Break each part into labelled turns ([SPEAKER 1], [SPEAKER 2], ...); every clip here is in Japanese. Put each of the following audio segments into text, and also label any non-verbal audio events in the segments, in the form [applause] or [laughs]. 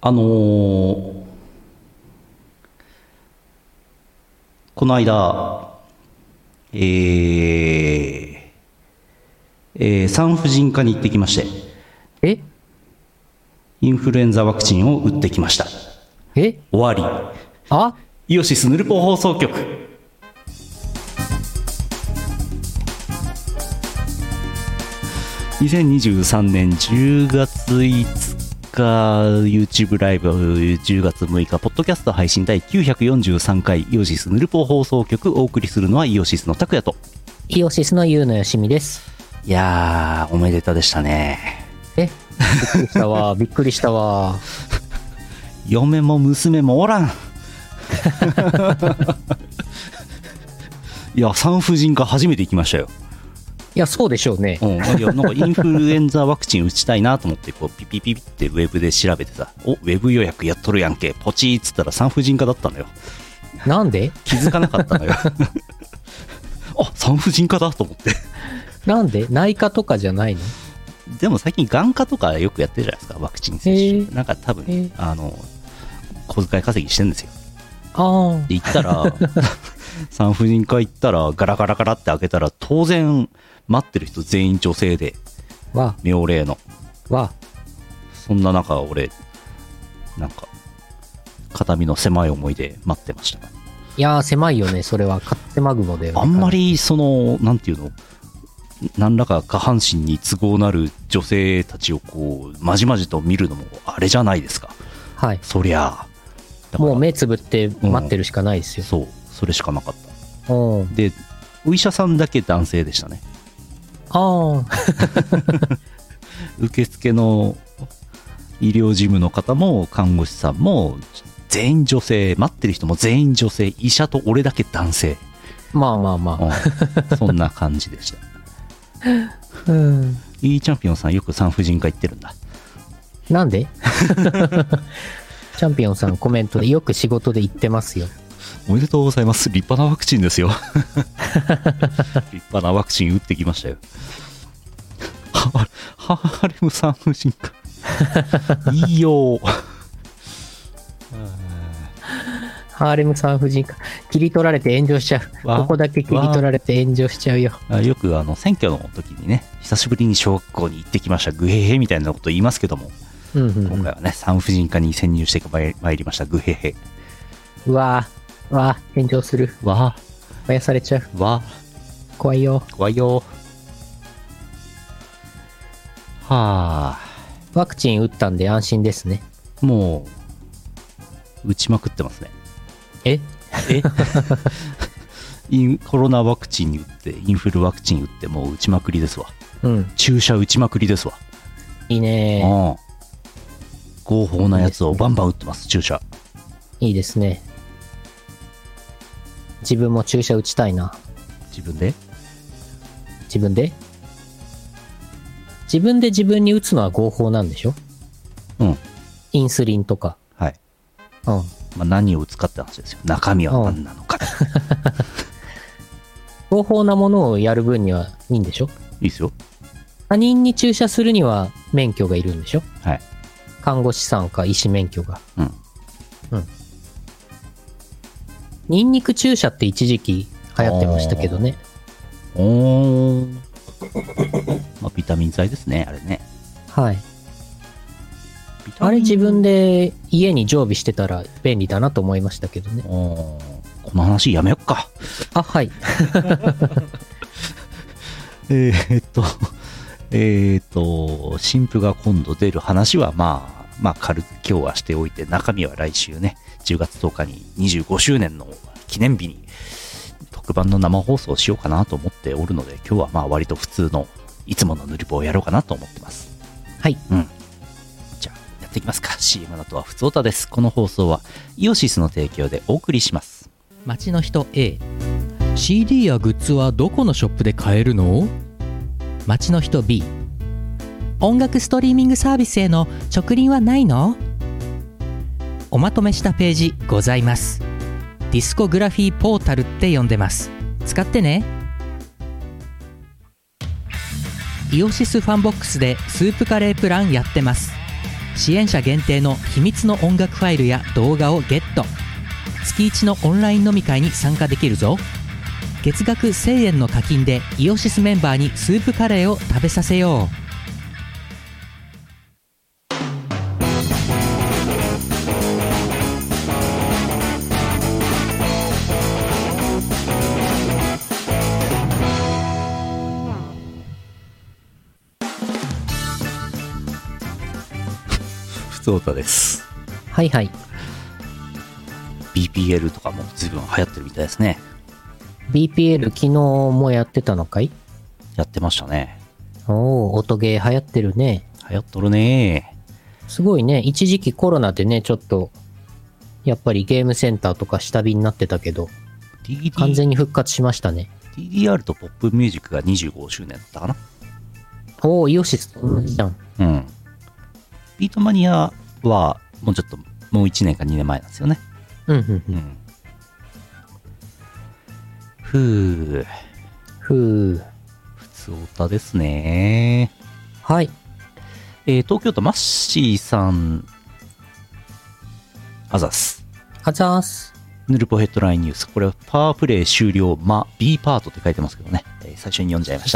[SPEAKER 1] あのーこの間、えーえー産婦人科に行ってきまして、
[SPEAKER 2] え
[SPEAKER 1] インフルエンザワクチンを打ってきました。
[SPEAKER 2] え
[SPEAKER 1] 終わ
[SPEAKER 2] あ
[SPEAKER 1] り。イオシスヌルポ放送局。2023年10月5日 YouTube ライブ10月6日ポッドキャスト配信第943回イオシスヌルポ放送局お送りするのはイオシスの拓也と
[SPEAKER 2] イオシスのゆうのよしみです。
[SPEAKER 1] いやーおめでたでしたね
[SPEAKER 2] えびっくりしたわ。びっくりしたわ。
[SPEAKER 1] 嫁も娘もおらん [laughs] いや産婦人科初めて行きましたよ
[SPEAKER 2] いや、そうでしょうね。
[SPEAKER 1] うん、いやなんかインフルエンザワクチン打ちたいなと思ってこうピピピピってウェブで調べてさおウェブ予約やっとるやんけポチーっつったら産婦人科だったのよ
[SPEAKER 2] なんで
[SPEAKER 1] 気づかなかった
[SPEAKER 2] [laughs]
[SPEAKER 1] のよあ産婦人科だと思って
[SPEAKER 2] なんで内科とかじゃないの
[SPEAKER 1] でも最近眼科とかよくやってるじゃないですかワクチン接種、
[SPEAKER 2] へー
[SPEAKER 1] なんか多分、
[SPEAKER 2] へー
[SPEAKER 1] あの小遣い稼ぎしてるんですよ
[SPEAKER 2] ああ
[SPEAKER 1] で行った
[SPEAKER 2] [laughs]
[SPEAKER 1] ら産婦人科行ったらガラガラガラって開けたら当然待ってる人全員女性で。
[SPEAKER 2] わ、
[SPEAKER 1] 妙齢の
[SPEAKER 2] わ、
[SPEAKER 1] そんな中、俺、なんか、片身の狭い思いで待ってました。
[SPEAKER 2] いやー、狭いよね。それは、勝手マグモだよ、ね。
[SPEAKER 1] あんま。り、その、なんていうの、何らか下半身に都合なる女性たちをこう、まじまじと見るのも、あれじゃないですか。
[SPEAKER 2] はい。
[SPEAKER 1] そりゃあ。だから
[SPEAKER 2] もう目つぶって待ってるしかないですよ。
[SPEAKER 1] そう、それしかなかった。
[SPEAKER 2] うん。
[SPEAKER 1] で、お医者さんだけ男性でしたね。
[SPEAKER 2] ああ、
[SPEAKER 1] 受付の医療事務の方も看護師さんも全員女性待ってる人も全員女性医者と俺だけ男性
[SPEAKER 2] まあまあま
[SPEAKER 1] うんそんな感じでした。
[SPEAKER 2] あ。うん。
[SPEAKER 1] いいチャンピオンさん、よく産婦人科行ってるんだ。
[SPEAKER 2] なんでチャンピオンさんコメントでよく仕事で言ってますよ。
[SPEAKER 1] おめでとうございます。立派なワクチン [laughs] ですよ。立派なワクチン打ってきましたよ。はハーレム産婦人 [laughs] 科。いいよ。
[SPEAKER 2] ハーレム産婦人科、切り取られて炎上しちゃう。
[SPEAKER 1] わ
[SPEAKER 2] ここだけ切り取られて炎上しちゃうよ。
[SPEAKER 1] あよくあの選挙の時にね、久しぶりに小学校に行ってきました、グヘヘみたいなこと言いますけども、
[SPEAKER 2] うんうん、う
[SPEAKER 1] 今
[SPEAKER 2] ん。
[SPEAKER 1] 回はね、産婦人科に潜入してまいまいりました、グヘヘ。
[SPEAKER 2] うわぁ、うわぁ、炎上する。
[SPEAKER 1] わ
[SPEAKER 2] 燃やされちゃう。
[SPEAKER 1] ー、わー。
[SPEAKER 2] 怖いよ。
[SPEAKER 1] 怖いよはあ
[SPEAKER 2] ワクチン打ったんで安心ですね。
[SPEAKER 1] もう打ちまくってますね
[SPEAKER 2] え
[SPEAKER 1] えインコロナワクチン打ってインフルワクチン打ってもう打ちまくりですわ
[SPEAKER 2] うん。
[SPEAKER 1] 注射打ちまくりですわ、
[SPEAKER 2] いいね
[SPEAKER 1] うん合法なやつをバンバン打ってます注射
[SPEAKER 2] いいですね。自分も注射打ちたいな。
[SPEAKER 1] 自分で
[SPEAKER 2] 自分で自分で自分に打つのは合法なんでしょ
[SPEAKER 1] うん
[SPEAKER 2] インスリンとか。
[SPEAKER 1] はい、
[SPEAKER 2] うん。
[SPEAKER 1] まあ、何を打つかって話ですよ中身は何なの
[SPEAKER 2] [laughs]
[SPEAKER 1] か、い
[SPEAKER 2] 合法なものをやる分にはいいんでしょ
[SPEAKER 1] いですよ
[SPEAKER 2] 他人に注射するには免許がいるんでしょ
[SPEAKER 1] はい
[SPEAKER 2] 看護師さんか医師免許が。
[SPEAKER 1] うん
[SPEAKER 2] ニンニク注射って一時期流行ってましたけどね。
[SPEAKER 1] おーまあビタミン剤ですねあれね
[SPEAKER 2] はい。
[SPEAKER 1] ビタミン
[SPEAKER 2] あれ自分で家に常備してたら便利だなと思いましたけどね。
[SPEAKER 1] おーこの話やめよっか。
[SPEAKER 2] あ、はい。
[SPEAKER 1] えーえっと、 [laughs] えーっと、新婦が今度出る話は、まあ、まあ、軽く今日はしておいて、中身は来週ね、10月10日に25周年の記念日に、特番の生放送をしようかなと思っておるので、今日はまあ、割と普通の、いつもの塗り棒をやろうかなと思ってます。
[SPEAKER 2] はい。
[SPEAKER 1] じゃあ、やっていきますか。CM のとは普通歌です。この放送は、イオシスの提供でお送りします。
[SPEAKER 3] 街の人 A CD やグッズはどこのショップで買えるの街の人 B 音楽ストリーミングサービスへの直輪はないのおまとめしたページございますディスコグラフィーポータルって呼んでます使ってねイオシスファンボックスでスープカレープランやってます支援者限定の秘密の音楽ファイルや動画をゲット月1のオンライン飲み会に参加できるぞ月額1000円の課金でイオシスメンバーにスープカレーを食べさせよ
[SPEAKER 1] ふつおたです。
[SPEAKER 2] はいはい。
[SPEAKER 1] BPL とかも随分流行ってるみたいですね。
[SPEAKER 2] BPL 昨日もやってたのかい
[SPEAKER 1] やってましたね。
[SPEAKER 2] おお、音ゲー流行ってるね。
[SPEAKER 1] 流行っとるね
[SPEAKER 2] すごいね。一時期コロナでね、ちょっと、やっぱりゲームセンターとか下火になってたけど、
[SPEAKER 1] DD
[SPEAKER 2] 完全に復活しましたね。
[SPEAKER 1] TDR とポップミュージックが25周年だったかな。
[SPEAKER 2] おお、イオシスと同じじゃん。
[SPEAKER 1] うん。ビートマニアはもうちょっと、もう1年か2年前なんですよね。
[SPEAKER 2] うんうんう。
[SPEAKER 1] うんん。ふぅ、
[SPEAKER 2] ふう。
[SPEAKER 1] 普通オタですね。
[SPEAKER 2] はい。
[SPEAKER 1] えー、東京都マッシーさん、あざっす。
[SPEAKER 2] あざーす。
[SPEAKER 1] ヌルポヘッドラインニュース。これはパワープレイ終了、ま、B パートって書いてますけどね。えー最初に読んじゃいまし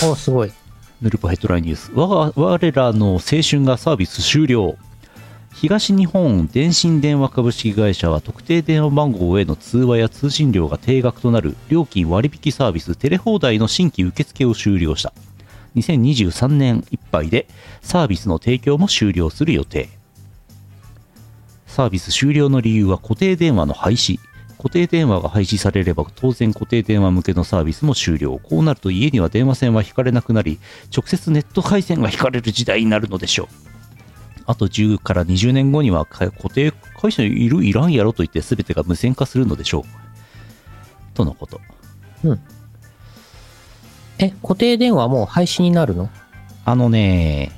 [SPEAKER 1] た。
[SPEAKER 2] おお、すごい。
[SPEAKER 1] ヌルポヘッドラインニュース我が我らの青春がサービス終了東日本電信電話株式会社は特定電話番号への通話や通信料が定額となる料金割引サービステレ放題の新規受付を終了した2023年いっぱいでサービスの提供も終了する予定サービス終了の理由は固定電話の廃止固定電話が廃止されれば当然固定電話向けのサービスも終了こうなると家には電話線は引かれなくなり直接ネット回線が引かれる時代になるのでしょうあと10から20年後にはか固定回線いるいらんやろと言って全てが無線化するのでしょうとのこと
[SPEAKER 2] え、固定電話もう廃止になるの
[SPEAKER 1] あのね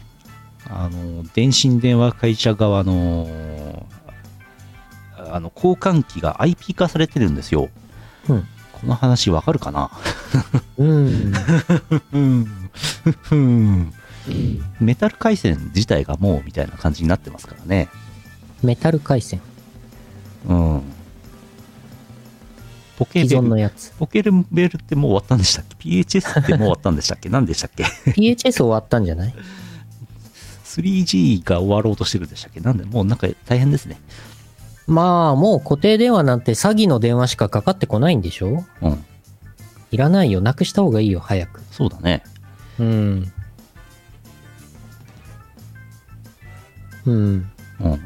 [SPEAKER 1] あの電信電話会社側のあの交換機が IP 化されてるんですよ
[SPEAKER 2] うん。
[SPEAKER 1] この話わかるかな
[SPEAKER 2] うん。
[SPEAKER 1] うんうんメタル回線自体がもうみたいな感じになってますからね。
[SPEAKER 2] メタル回線。
[SPEAKER 1] うん。ポケベ
[SPEAKER 2] [laughs] 既存の
[SPEAKER 1] ル、
[SPEAKER 2] やつ。
[SPEAKER 1] ポケベルってもう終わったんでしたっけ ?PHS ってもう終わったんでしたっけ何でしたっけ [laughs]
[SPEAKER 2] PHS 終わったんじゃない
[SPEAKER 1] ?3G が終わろうとしてるんでしたっけなんで、もうなんか大変ですね。
[SPEAKER 2] まあ、もう固定電話なんて詐欺の電話しかかかってこないんでしょ
[SPEAKER 1] うん。
[SPEAKER 2] いらないよ。なくした方がいいよ、早く。
[SPEAKER 1] そうだね。
[SPEAKER 2] うん。うん。
[SPEAKER 1] うん。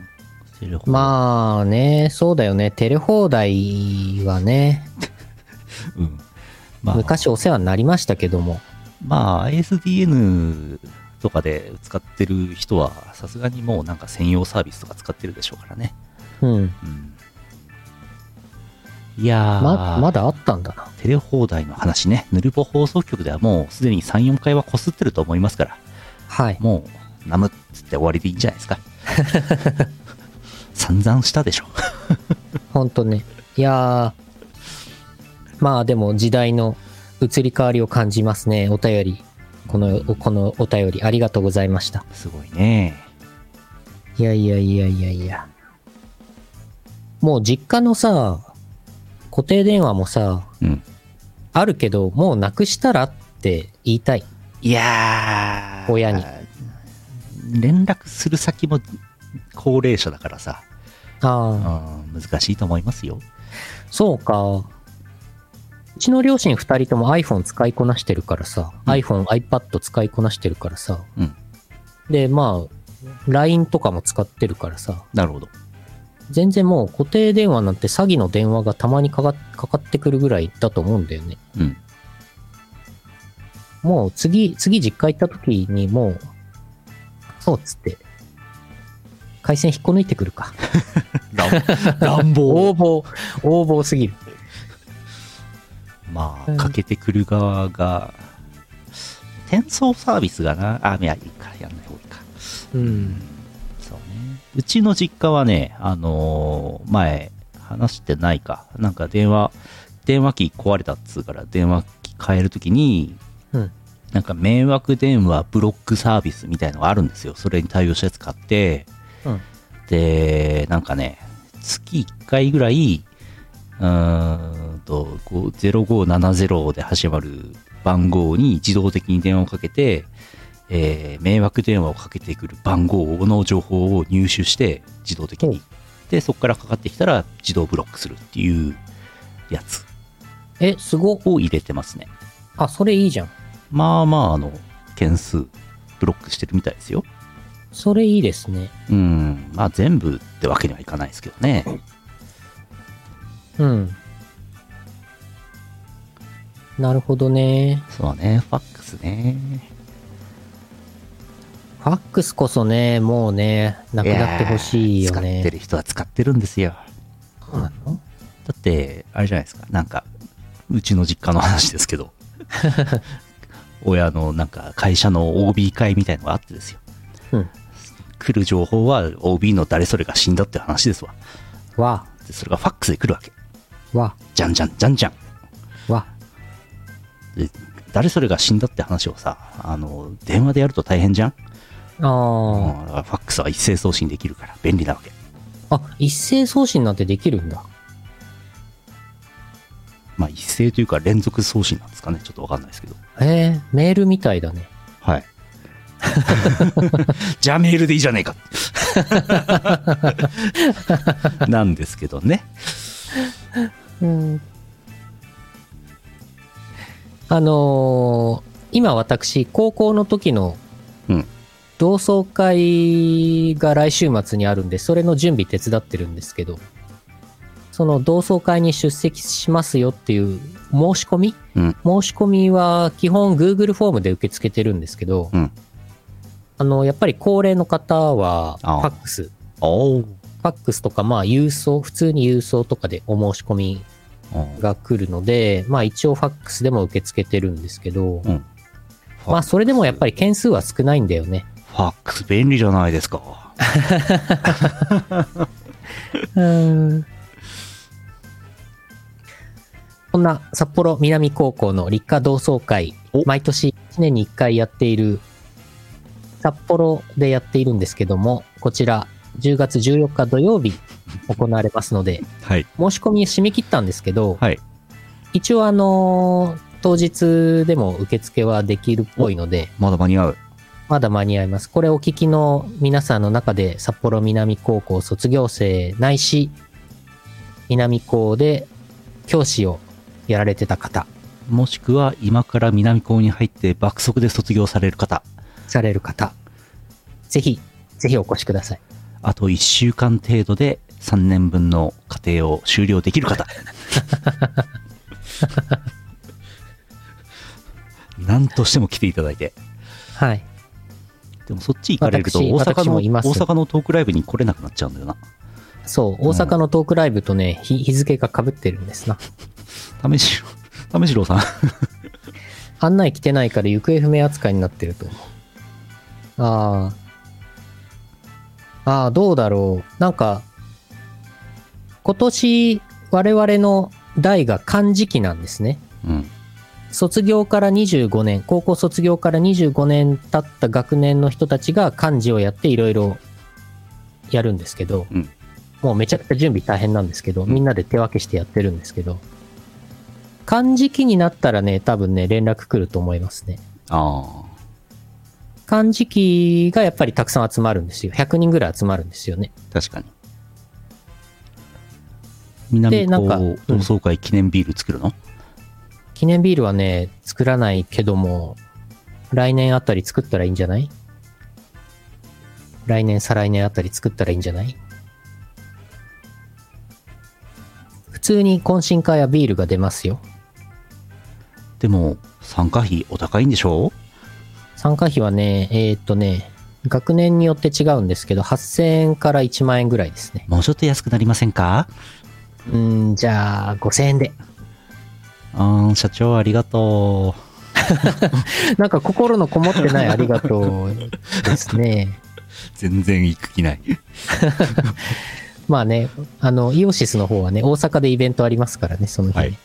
[SPEAKER 1] テレホあ、
[SPEAKER 2] まあね、そうだよね。テレ放題はね、
[SPEAKER 1] うん。まあ、
[SPEAKER 2] 昔お世話になりましたけども。
[SPEAKER 1] まあ、ISDN とかで使ってる人は、さすがにもうなんか専用サービスとか使ってるでしょうからね。
[SPEAKER 2] うん。
[SPEAKER 1] うんいやー、
[SPEAKER 2] ま、まだあったんだな。
[SPEAKER 1] テレ放題の話ね、ヌルポ放送局ではもうすでに3、4回はこすってると思いますから、
[SPEAKER 2] はい。
[SPEAKER 1] もう、ナムっつって終わりでいいんじゃないですか。 [laughs] 散々したでしょ。
[SPEAKER 2] ほんとね。いやー、まあでも時代の移り変わりを感じますね。お便り。この、このお便りありがとうございました。
[SPEAKER 1] すごいね。
[SPEAKER 2] いやいやいやいやいや。もう実家のさ、固定電話もさ、
[SPEAKER 1] うん。
[SPEAKER 2] あるけど、もうなくしたらって言いたい。
[SPEAKER 1] いやー、
[SPEAKER 2] 親に。
[SPEAKER 1] 連絡する先も高齢者だからさ、う
[SPEAKER 2] あ
[SPEAKER 1] ん、
[SPEAKER 2] あ、
[SPEAKER 1] 難しいと思いますよ。
[SPEAKER 2] そうか。うちの両親二人とも iPhone 使いこなしてるからさ、
[SPEAKER 1] うん
[SPEAKER 2] iPhone、iPad 使いこなしてるからさ、
[SPEAKER 1] うん
[SPEAKER 2] で、まあ、LINE とかも使ってるからさ、
[SPEAKER 1] なるほど。
[SPEAKER 2] 全然もう固定電話なんて詐欺の電話がたまにかかかかってくるぐらいだと思うんだよね。
[SPEAKER 1] うん。
[SPEAKER 2] もう次、次実家行った時にもう、そうっつって、回線引っこ抜いてくるか。
[SPEAKER 1] 乱 [laughs] 乱暴。
[SPEAKER 2] [laughs] 横暴、横暴すぎる。
[SPEAKER 1] ま
[SPEAKER 2] う
[SPEAKER 1] あ、
[SPEAKER 2] ん
[SPEAKER 1] かけてくる側が、転送サービスがな、あ、いや、いいか、やんない方がいいか。
[SPEAKER 2] うん。
[SPEAKER 1] そうね。うちの実家はね、あのー前、話してないか。なんか電話、電話機壊れたっつうから、電話機変えるときに、
[SPEAKER 2] うん
[SPEAKER 1] なんか迷惑電話ブロックサービスみたいのがあるんですよ。それに対応したやつ買って、
[SPEAKER 3] うん
[SPEAKER 1] でなんかね月1回ぐらいうーんとこう0570で始まる番号に自動的に電話をかけて、えー迷惑電話をかけてくる番号の情報を入手して自動的にでそこからかかってきたら自動ブロックするっていうやつ
[SPEAKER 2] え、すごっ。
[SPEAKER 1] を入れてますね
[SPEAKER 2] あ、それいいじゃん。
[SPEAKER 1] まあまああの件数ブロックしてるみたいですよ
[SPEAKER 2] それいいですね。
[SPEAKER 1] うんまあ全部ってわけにはいかないですけどね
[SPEAKER 2] うん。なるほどね。
[SPEAKER 1] そうねファックスね
[SPEAKER 2] ファックスこそね、もうね、なくなってほしいよ
[SPEAKER 1] やー使って
[SPEAKER 2] ね。
[SPEAKER 1] る人は使ってるんですよ
[SPEAKER 2] そうなの
[SPEAKER 1] だってあれじゃないですかなんかうちの実家の話ですけど [laughs] 親のなんか会社の OB 会みたいのがあってですよ
[SPEAKER 2] うん。
[SPEAKER 1] 来る情報は OB の誰それが死んだって話ですわ
[SPEAKER 2] わ、
[SPEAKER 1] でそれがファックスで来るわけ
[SPEAKER 2] わ、
[SPEAKER 1] じゃんじゃんじゃんじゃん
[SPEAKER 2] わ。
[SPEAKER 1] で誰それが死んだって話をさあの電話でやると大変じゃん、う
[SPEAKER 2] あ
[SPEAKER 1] んだからファックスは一斉送信できるから便利なわけ
[SPEAKER 2] あ。あ、一斉送信なんてできるんだ。
[SPEAKER 1] まあ一斉というか連続送信なんですかねちょっとわかんないですけど
[SPEAKER 2] えー、メールみたいだね。
[SPEAKER 1] はい [laughs] じゃあメールでいいじゃねえか [laughs] なんですけどね
[SPEAKER 2] うん。あのー今私、高校の時の
[SPEAKER 1] うん
[SPEAKER 2] 同窓会が来週末にあるんで、それの準備手伝ってるんですけど、その同窓会に出席しますよっていう申し込み、
[SPEAKER 1] うん
[SPEAKER 2] 申し込みは基本 Google フォームで受け付けてるんですけど、
[SPEAKER 1] うん
[SPEAKER 2] あの、やっぱり高齢の方は、フ
[SPEAKER 1] ああ
[SPEAKER 2] ァックス、フ
[SPEAKER 1] おー
[SPEAKER 2] ァックスとか、まあ郵送、普通に郵送とかでお申し込み
[SPEAKER 1] うん
[SPEAKER 2] が来るので、まあ一応ファックスでも受け付けてるんですけど、
[SPEAKER 1] うん
[SPEAKER 2] まあそれでもやっぱり件数は少ないんだよね。
[SPEAKER 1] ファックス便利じゃないですか
[SPEAKER 2] うん。こんな札幌南高校の立夏同窓会、毎年1年に1回やっている、札幌でやっているんですけども、こちら10月14日土曜日行われますので、
[SPEAKER 1] はい
[SPEAKER 2] 申し込み締め切ったんですけど、
[SPEAKER 1] はい
[SPEAKER 2] 一応あのー当日でも受付はできるっぽいので、
[SPEAKER 1] まだ間に合う
[SPEAKER 2] まだ間に合います。これお聞きの皆さんの中で、札幌南高校卒業生ないし、南高で教師をやられてた方、
[SPEAKER 1] もしくは今から南高に入って爆速で卒業される方
[SPEAKER 2] される方、ぜひ、ぜひお越しください。
[SPEAKER 1] あと1週間程度で3年分の課程を終了できる [laughs] 方。何としても来ていただいて。
[SPEAKER 2] はい。
[SPEAKER 1] でもそっち行かれると
[SPEAKER 2] 私
[SPEAKER 1] 大阪
[SPEAKER 2] 私
[SPEAKER 1] の
[SPEAKER 2] もいます
[SPEAKER 1] 大阪のトークライブに来れなくなっちゃうんだよな。
[SPEAKER 2] そう、大阪のトークライブとね、日日付が被ってるんですな。
[SPEAKER 1] 為し [laughs] ろ、為しろさん。
[SPEAKER 2] 案内来てないから行方不明扱いになってると思う。ああ。ああ、どうだろう。なんか、今年、我々の代が漢字期なんですね。
[SPEAKER 1] うん。
[SPEAKER 2] 卒業から25年、高校卒業から25年経った学年の人たちが漢字をやっていろいろやるんですけど、
[SPEAKER 1] うん
[SPEAKER 2] もうめちゃくちゃ準備大変なんですけど、
[SPEAKER 1] ん
[SPEAKER 2] みんなで手分けしてやってるんですけど、漢字期になったらね、多分ね、連絡来ると思いますね。
[SPEAKER 1] あ
[SPEAKER 2] 漢字期がやっぱりたくさん集まるんですよ。100人ぐらい集まるんですよね。
[SPEAKER 1] あ、確かに。南
[SPEAKER 2] なんか
[SPEAKER 1] 高同窓会記念ビール作るの、
[SPEAKER 2] 記念ビールはね、作らないけども、来年あたり作ったらいいんじゃない来年、再来年あたり作ったらいいんじゃない普通に懇親会はビールが出ますよ。
[SPEAKER 1] でも、参加費お高いんでしょ
[SPEAKER 2] 参加費はね、えーっとね、学年によって違うんですけど、8000円から1万円ぐらいですね。
[SPEAKER 1] もうちょっと安くなりませんか
[SPEAKER 2] うーん、じゃあ、5000円で。 [laughs]
[SPEAKER 1] うーん、社長ありがとう。
[SPEAKER 2] なんか心のこもってないありがとうですね。
[SPEAKER 1] 全然行く気ない。
[SPEAKER 2] まあね、あの、イオシスの方はね、大阪でイベントありますからね、その日ね、
[SPEAKER 1] はい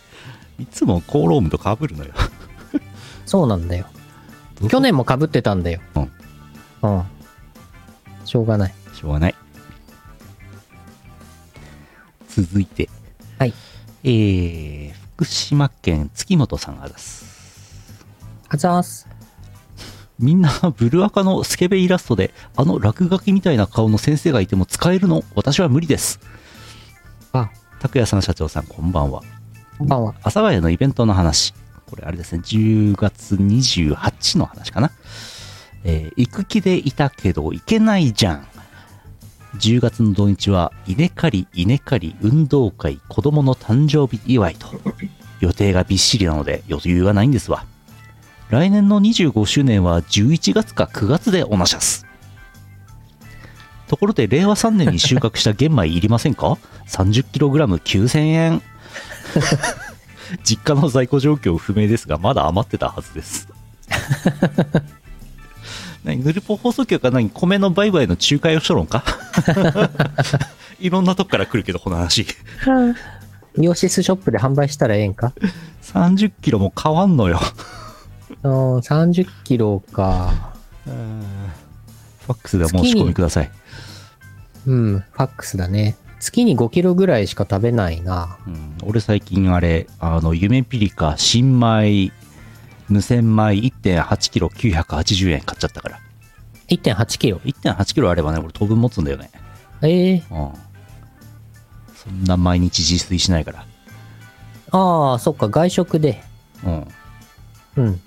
[SPEAKER 1] いつもコーロームとかぶるのよ。
[SPEAKER 2] そうなんだよ。去年も被ってたんだよ。
[SPEAKER 1] うん
[SPEAKER 2] うん。しょうがない。
[SPEAKER 1] しょうがない。続いて、
[SPEAKER 2] はい。
[SPEAKER 1] えー、福島県月本さんあざす。
[SPEAKER 2] あざーす。
[SPEAKER 1] みんなブルアカのスケベイラストで、あの落書きみたいな顔の先生がいても使えるの私は無理です。
[SPEAKER 2] あ、
[SPEAKER 1] 拓也さん社長さん、こんばんは。
[SPEAKER 2] こんばんは。
[SPEAKER 1] 阿佐ヶ谷のイベントの話。これあれですね、10月28の話かな。えー行く気でいたけど行けないじゃん。10月の土日は、稲刈り、稲刈り、運動会、子供の誕生日祝いと、予定がびっしりなので余裕がないんですわ。来年の25周年は11月か9月でおなしゃす。ところで、令和3年に収穫した玄米いりませんか ?30kg9000 円。実家の在庫状況不明ですがまだ余ってたはずです何ヌルポ放送局は何米の売買の仲介をしとるんか [laughs] いろんなとこから来るけどこの話
[SPEAKER 2] イオシスショップで販売したらええん [laughs] か
[SPEAKER 1] 30キロも変わんのよ
[SPEAKER 2] うん、30キロか。
[SPEAKER 1] ファックスでお申し込みください、
[SPEAKER 2] うん、ファックスだね。月に5キロぐらいしか食べないな。
[SPEAKER 1] うん、俺最近あれあの夢ピリカ新米無洗米1.8キロ980円買っちゃったから
[SPEAKER 2] 1.8キロ。
[SPEAKER 1] 1.8キロあればね俺当分持つんだよね
[SPEAKER 2] ええ
[SPEAKER 1] うんそんな毎日自炊しないから。
[SPEAKER 2] ああ、そっか、外食で。
[SPEAKER 1] うん。
[SPEAKER 2] うん。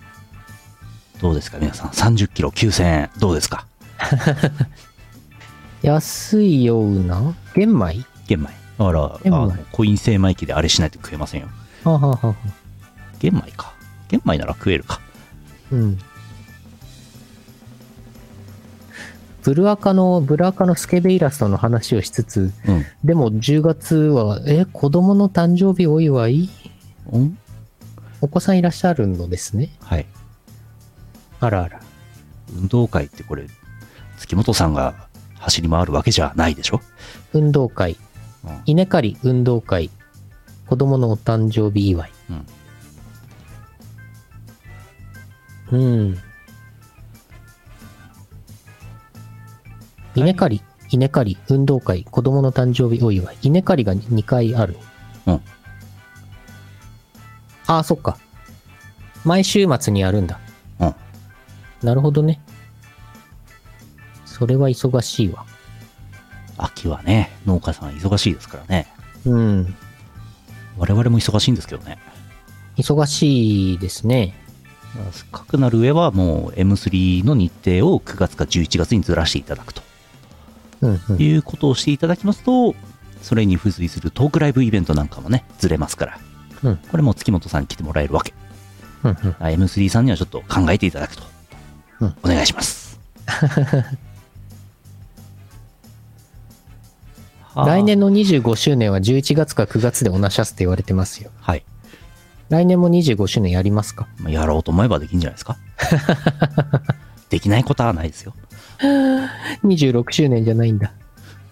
[SPEAKER 1] どうですか、皆さん。30キロ9000円。どうですか
[SPEAKER 2] 安いような玄米
[SPEAKER 1] 玄米。だから、あ
[SPEAKER 2] 玄米
[SPEAKER 1] のコイン精米機であれしないと食えませんよ。
[SPEAKER 2] はあはあはあはあ
[SPEAKER 1] 玄米か。玄米なら食えるか。
[SPEAKER 2] うん。ブルアカの、ブルアカのスケベイラストの話をしつつ、
[SPEAKER 1] うん。
[SPEAKER 2] でも10月は、え、子供の誕生日お祝い
[SPEAKER 1] うん
[SPEAKER 2] お子さんいらっしゃるのですね。
[SPEAKER 1] はい。
[SPEAKER 2] あらあら。
[SPEAKER 1] 運動会ってこれ、月本さんが走り回るわけじゃないでしょ
[SPEAKER 2] 運動会、
[SPEAKER 1] うん
[SPEAKER 2] 稲刈り運動会、子供のお誕生日祝い。うん。稲刈り、稲刈り、運動会、子供の誕生日お祝い。稲刈りが2回ある。
[SPEAKER 1] うん。
[SPEAKER 2] ああ、そっか。毎週末にやるんだ。
[SPEAKER 1] うん。
[SPEAKER 2] なるほどね。それは忙しいわ。
[SPEAKER 1] 秋はね、農家さん忙しいですからね。
[SPEAKER 2] うん。
[SPEAKER 1] 我々も忙しいんですけどね。
[SPEAKER 2] 忙しいですね。
[SPEAKER 1] かくなる上はもう M3 の日程を9月か11月にずらしていただくと。
[SPEAKER 2] うん、うん。
[SPEAKER 1] いうことをしていただきますと、それに付随するトークライブイベントなんかもね、ずれますから、
[SPEAKER 2] うん
[SPEAKER 1] これも月本さんに来てもらえるわけ。
[SPEAKER 2] うんうん、
[SPEAKER 1] あ M3 さんにはちょっと考えていただくと、
[SPEAKER 2] うん
[SPEAKER 1] お願いし
[SPEAKER 2] [laughs]
[SPEAKER 1] ます。はあ
[SPEAKER 2] 来年の25周年は11月か9月でオナシャスって言われてますよ。
[SPEAKER 1] はい、
[SPEAKER 2] 来年も25周年やりますか
[SPEAKER 1] まあやろうと思えばできるんじゃない
[SPEAKER 2] [laughs]
[SPEAKER 1] ですかできないことはないですよ
[SPEAKER 2] ?26 周年じゃないんだ。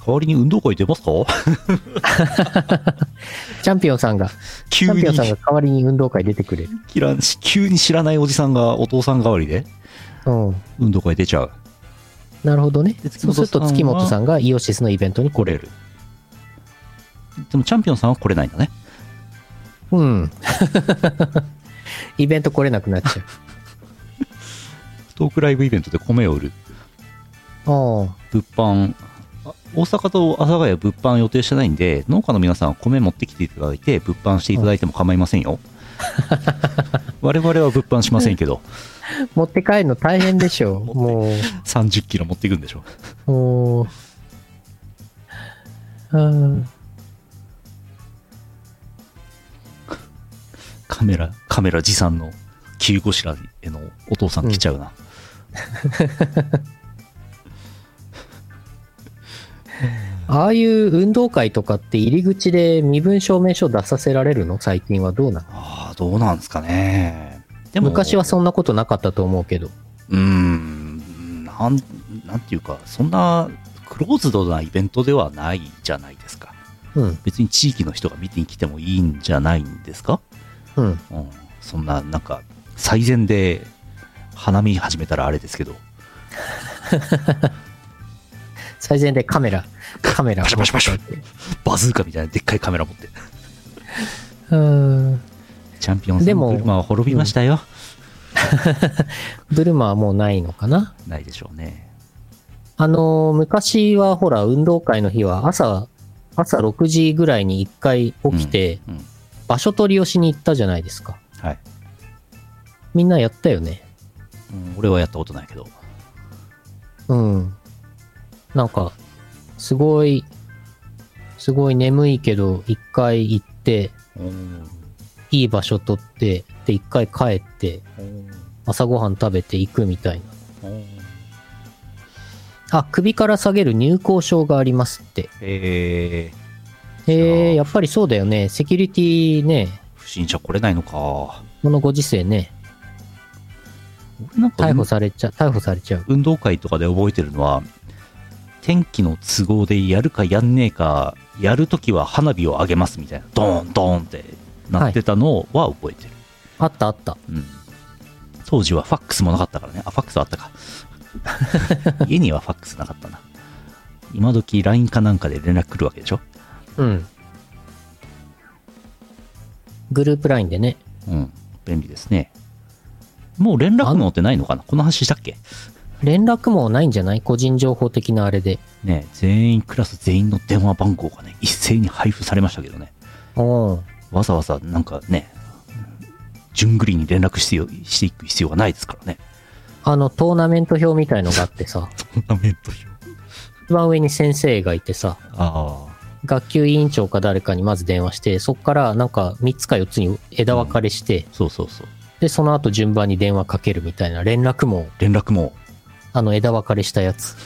[SPEAKER 1] 代わりに運動会出
[SPEAKER 2] [laughs]
[SPEAKER 1] ますか
[SPEAKER 2] チャンピオンさんが、チ
[SPEAKER 1] 急
[SPEAKER 2] ャン
[SPEAKER 1] に
[SPEAKER 2] ピオンさんが代わりに運動会出てくれる。
[SPEAKER 1] 知らん急に知らないおじさんがお父さん代わりで
[SPEAKER 2] うん。
[SPEAKER 1] 運動会出ちゃう
[SPEAKER 2] なるほどね。
[SPEAKER 1] で
[SPEAKER 2] そうすると月
[SPEAKER 1] 月本さんは
[SPEAKER 2] 本さんがイオシスのイベントに来れる。
[SPEAKER 1] でもチャンピオンさんは来れないんだね
[SPEAKER 2] うん。 [laughs] イベント来れなくなっちゃ
[SPEAKER 1] トークライブイベントで米を売る
[SPEAKER 2] う。あ
[SPEAKER 1] 物販あ大阪と阿佐ヶ谷物販予定してないんで農家の皆さんは米持ってきていただいて物販していただいても構いません [laughs] よ我々は物販しませんけ [laughs] ど
[SPEAKER 2] あ。持って帰るの大変でし [laughs] ょ。もう。
[SPEAKER 1] 3 0キロ持っていくんでしょ
[SPEAKER 2] おーうん。
[SPEAKER 1] カメラカメラ持参の急ごしらへのお父さん来ちゃうな、
[SPEAKER 2] ああいう運動会とかって入り口で身分証明書出させられるの最近はどうなの
[SPEAKER 1] ああどうなんですかねでも
[SPEAKER 2] 昔はそんなことなかったと思うけど。
[SPEAKER 1] うーんなんなんていうかそんなクローズドなイベントではないじゃないですか
[SPEAKER 2] うん、
[SPEAKER 1] 別に地域の人が見てきてもいいんじゃないんですか、
[SPEAKER 2] うん。
[SPEAKER 1] うん、そんななんか最善で花見始めたらあれですけど
[SPEAKER 2] 最前でカメラ、カメラを
[SPEAKER 1] パシャパシャパシャ
[SPEAKER 2] 持って
[SPEAKER 1] バズーカみたいなでっかいカメラ持って。
[SPEAKER 2] うーん。
[SPEAKER 1] チャンピオンさ
[SPEAKER 2] で
[SPEAKER 1] ん
[SPEAKER 2] も
[SPEAKER 1] の車は滅びましたよ。
[SPEAKER 2] ブルマはもうないのかな
[SPEAKER 1] ないでしょうね。
[SPEAKER 2] あのー昔はほら、運動会の日は朝、朝6時ぐらいに1回起きて、
[SPEAKER 1] うん。うん
[SPEAKER 2] 場所取りをしに行ったじゃないですか。
[SPEAKER 1] はい、
[SPEAKER 2] みんなやったよね。
[SPEAKER 1] うん俺はやったことないけど。
[SPEAKER 2] うん。なんか、すごい、すごい眠いけど、一回行って、いい場所取って、で、一回帰って、朝ごはん食べて行くみたいな。あ、首から下げる入校証がありますって。
[SPEAKER 1] えー、
[SPEAKER 2] え
[SPEAKER 1] そう
[SPEAKER 2] ー、やっぱりそうだよね。セキュリティね、
[SPEAKER 1] 不審者来れないのか。
[SPEAKER 2] このご時世ね、
[SPEAKER 1] 俺なんか
[SPEAKER 2] 逮捕されちゃ、逮捕されちゃう。
[SPEAKER 1] 運動会とかで覚えてるのは天気の都合でやるかやんねえかやるときは花火を上げますみたいなドーンドーンってなってたのは覚えてる、
[SPEAKER 2] あったあった。
[SPEAKER 1] うん、当時はファックスもなかったからねあファックスあったか家にはファックスなかったな今時 LINE かなんかで連絡来るわけでしょ
[SPEAKER 2] うん。グループラインでね。
[SPEAKER 1] うん便利ですねもう連絡網ってないのかなこの話したっけ
[SPEAKER 2] 連絡もないんじゃない個人情報的なあれで。
[SPEAKER 1] ね全員クラス全員の電話番号がね一斉に配布されましたけどね
[SPEAKER 2] おー
[SPEAKER 1] わざわざなんかね、順繰りに連絡してよしていく必要がないですからね。
[SPEAKER 2] あの、トーナメント表みたいのがあってさ、
[SPEAKER 1] トーナメント表。
[SPEAKER 2] 一番上に先生がいてさ、
[SPEAKER 1] ああ。
[SPEAKER 2] 学級委員長か誰かにまず電話して、そっからなんか3つか4つに枝分かれして、
[SPEAKER 1] そうそうそう。
[SPEAKER 2] で、その後順番に電話かけるみたいな連絡も、
[SPEAKER 1] 連絡も。
[SPEAKER 2] あの枝分かれしたやつ。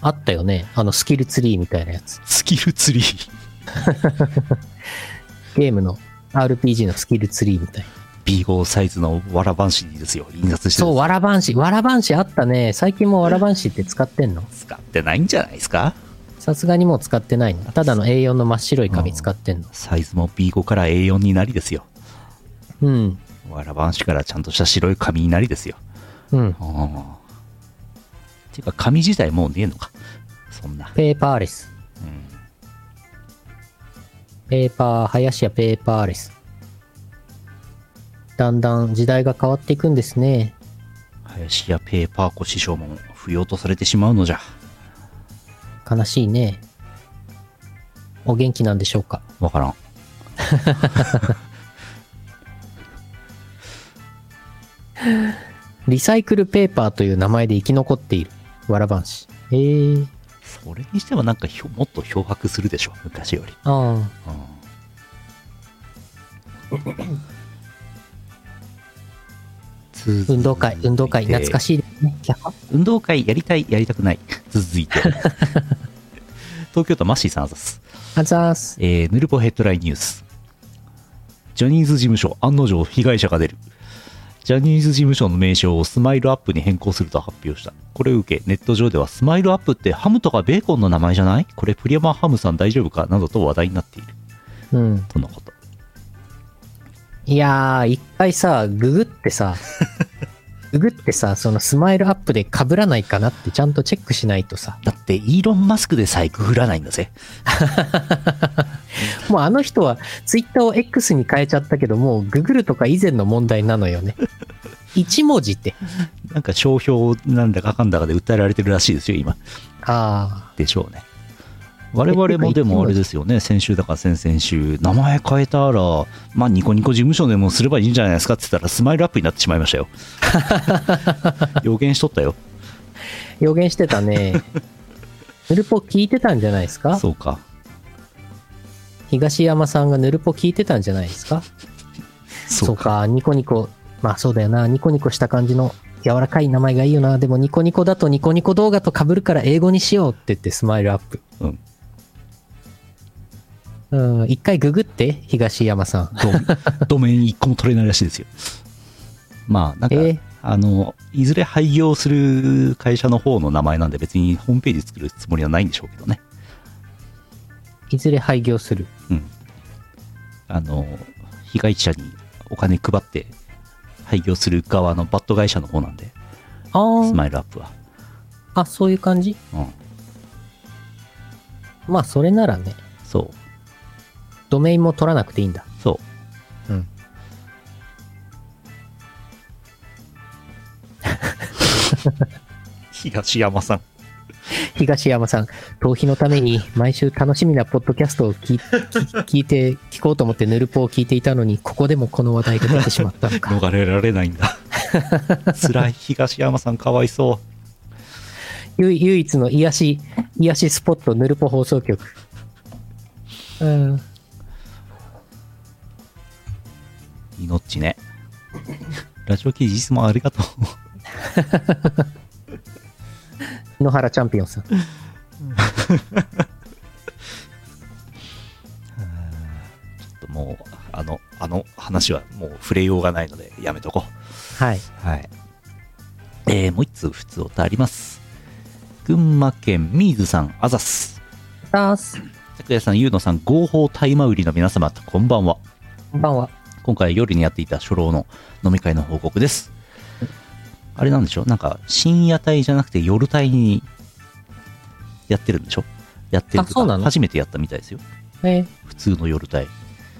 [SPEAKER 2] あったよね。あのスキルツリーみたいなやつ。
[SPEAKER 1] スキルツ [laughs] リー。
[SPEAKER 2] ゲームの RPG のスキルツリーみたいな。
[SPEAKER 1] B5 サイズのわらばんしにですよ。印刷してる
[SPEAKER 2] そう、わらばんし。わらばんしあったね。最近もわらばんしって使ってんの
[SPEAKER 1] 使ってないんじゃないですか
[SPEAKER 2] さすがにもう使ってないの。ただの A4 の真っ白い紙使ってんの。
[SPEAKER 1] サイズも B5 から A4 になりですよ。
[SPEAKER 2] うん。
[SPEAKER 1] わらばんしからちゃんとした白い紙になりですよ。
[SPEAKER 2] うん。
[SPEAKER 1] ああ。ていうか紙自体もうねえのか。そんな。
[SPEAKER 2] ペーパーレス。
[SPEAKER 1] うん。
[SPEAKER 2] ペーパー、林家ペーパーレス。だんだん時代が変わっていくんですね。
[SPEAKER 1] 林家ペーパー子師匠も不要とされてしまうのじゃ。
[SPEAKER 2] 悲しいね。お元気なんでしょうか。
[SPEAKER 1] わからん。
[SPEAKER 2] リサイクルペーパーという名前で生き残っている。わらばんし。ええー。
[SPEAKER 1] それにしてはなんかひょもっと漂白するでしょ昔より、
[SPEAKER 2] ああ。運動会、運動会、懐か
[SPEAKER 1] い
[SPEAKER 2] しいですね。キャハ
[SPEAKER 1] 運動会やりたいやりたくない続
[SPEAKER 2] [laughs]
[SPEAKER 1] いて東京都マッシーさんあざっす、
[SPEAKER 2] あざーす。
[SPEAKER 1] えー、ヌルポヘッドラインニュースジャニーズ事務所案の定被害者が出るジャニーズ事務所の名称をスマイルアップに変更すると発表したこれを受けネット上ではスマイルアップってハムとかベーコンの名前じゃないこれプリマハムさん大丈夫かなどと話題になっている
[SPEAKER 2] うん。
[SPEAKER 1] とのこと
[SPEAKER 2] いやー、一回さ、ググっ
[SPEAKER 1] [laughs]
[SPEAKER 2] てさ、ググってさ、そのスマイルアップで被らないかなってちゃんとチェックしないとさ、
[SPEAKER 1] だってイーロン・マスクでさえくぐらないんだぜ
[SPEAKER 2] もうあの人はツイッターを X に変えちゃったけど、もうググるとか以前の問題なのよ
[SPEAKER 1] [laughs]
[SPEAKER 2] ね。一文字って。
[SPEAKER 1] なんか商標なんだかかんだかで訴えられてるらしいですよ、今。
[SPEAKER 2] あ
[SPEAKER 1] でしょうね。我々もでもあれですよね、先週だから先々週、名前変えたら、まあニコニコ事務所でもすればいいんじゃないですかって言ったら、スマイルアップになってしまいま
[SPEAKER 2] [laughs]
[SPEAKER 1] したよ。予言しとったよ。
[SPEAKER 2] ー、予言してた
[SPEAKER 1] [laughs]
[SPEAKER 2] ね。ヌルポ聞いてたんじゃないですか
[SPEAKER 1] そうか。
[SPEAKER 2] 東山さんがヌルポ聞いてたんじゃないですかそう
[SPEAKER 1] そうか。
[SPEAKER 2] か、ニコニコ。まあそうだよな、ニコニコした感じの柔らかい名前がいいよな。でもニコニコだとニコニコ動画と被るから英語にしようって言ってスマイルアップ。
[SPEAKER 1] うん。
[SPEAKER 2] うん、一回ググって、東山さん。
[SPEAKER 1] ドドメイン一個も取れないらしいですよ。まあ、なんか、
[SPEAKER 2] えー
[SPEAKER 1] あの、いずれ廃業する会社の方の名前なんで、別にホームページ作るつもりはないんでしょうけどね。
[SPEAKER 2] いずれ廃業する。
[SPEAKER 1] うん、あの被害者にお金配って廃業する側のバット会社の方なんで、
[SPEAKER 2] あ
[SPEAKER 1] ス
[SPEAKER 2] あ、
[SPEAKER 1] マイルアップは。
[SPEAKER 2] あ、そういう感じ
[SPEAKER 1] うん、
[SPEAKER 2] まあ、それならね、
[SPEAKER 1] そ
[SPEAKER 2] ドメインも取らなくていいんだ。
[SPEAKER 1] う、そ [laughs]
[SPEAKER 2] うん。
[SPEAKER 1] う。東山さん。
[SPEAKER 2] 東山さん、浪費のために毎週楽しみなポッドキャストを聞い聞いて、聞こうと思ってヌルポを聞いていたのに、ここでもこの話題が出てしまったのか。
[SPEAKER 1] 逃れられないん [laughs] だ。辛い東山さん、かわいそ
[SPEAKER 2] 唯唯一の癒し、癒しスポット、ヌルポ放送局。うん。
[SPEAKER 1] う。いのっち [laughs] ね。ラジオ記事いつもありがとう。
[SPEAKER 2] 野原チャンピオンさん。
[SPEAKER 1] ちょっともう、あの、あの話はもう触れようがないので、やめとこう。
[SPEAKER 2] はい。
[SPEAKER 1] はい。えーもう一通、普通歌あります。群馬県ミーズさん、あざっす。
[SPEAKER 2] ダース、
[SPEAKER 1] 拓也さん、ゆうのさん、合法大麻売りの皆様、こんばんは。
[SPEAKER 2] こんばんは。
[SPEAKER 1] 今回夜にやっていた初老の飲み会の報告です。あれなんでしょなんか、深夜帯じゃなくて夜帯にやってるんでしょやってると
[SPEAKER 2] あそうな
[SPEAKER 1] か、
[SPEAKER 2] の
[SPEAKER 1] 初めてやったみたいですよ。
[SPEAKER 2] えー
[SPEAKER 1] 普通の夜帯。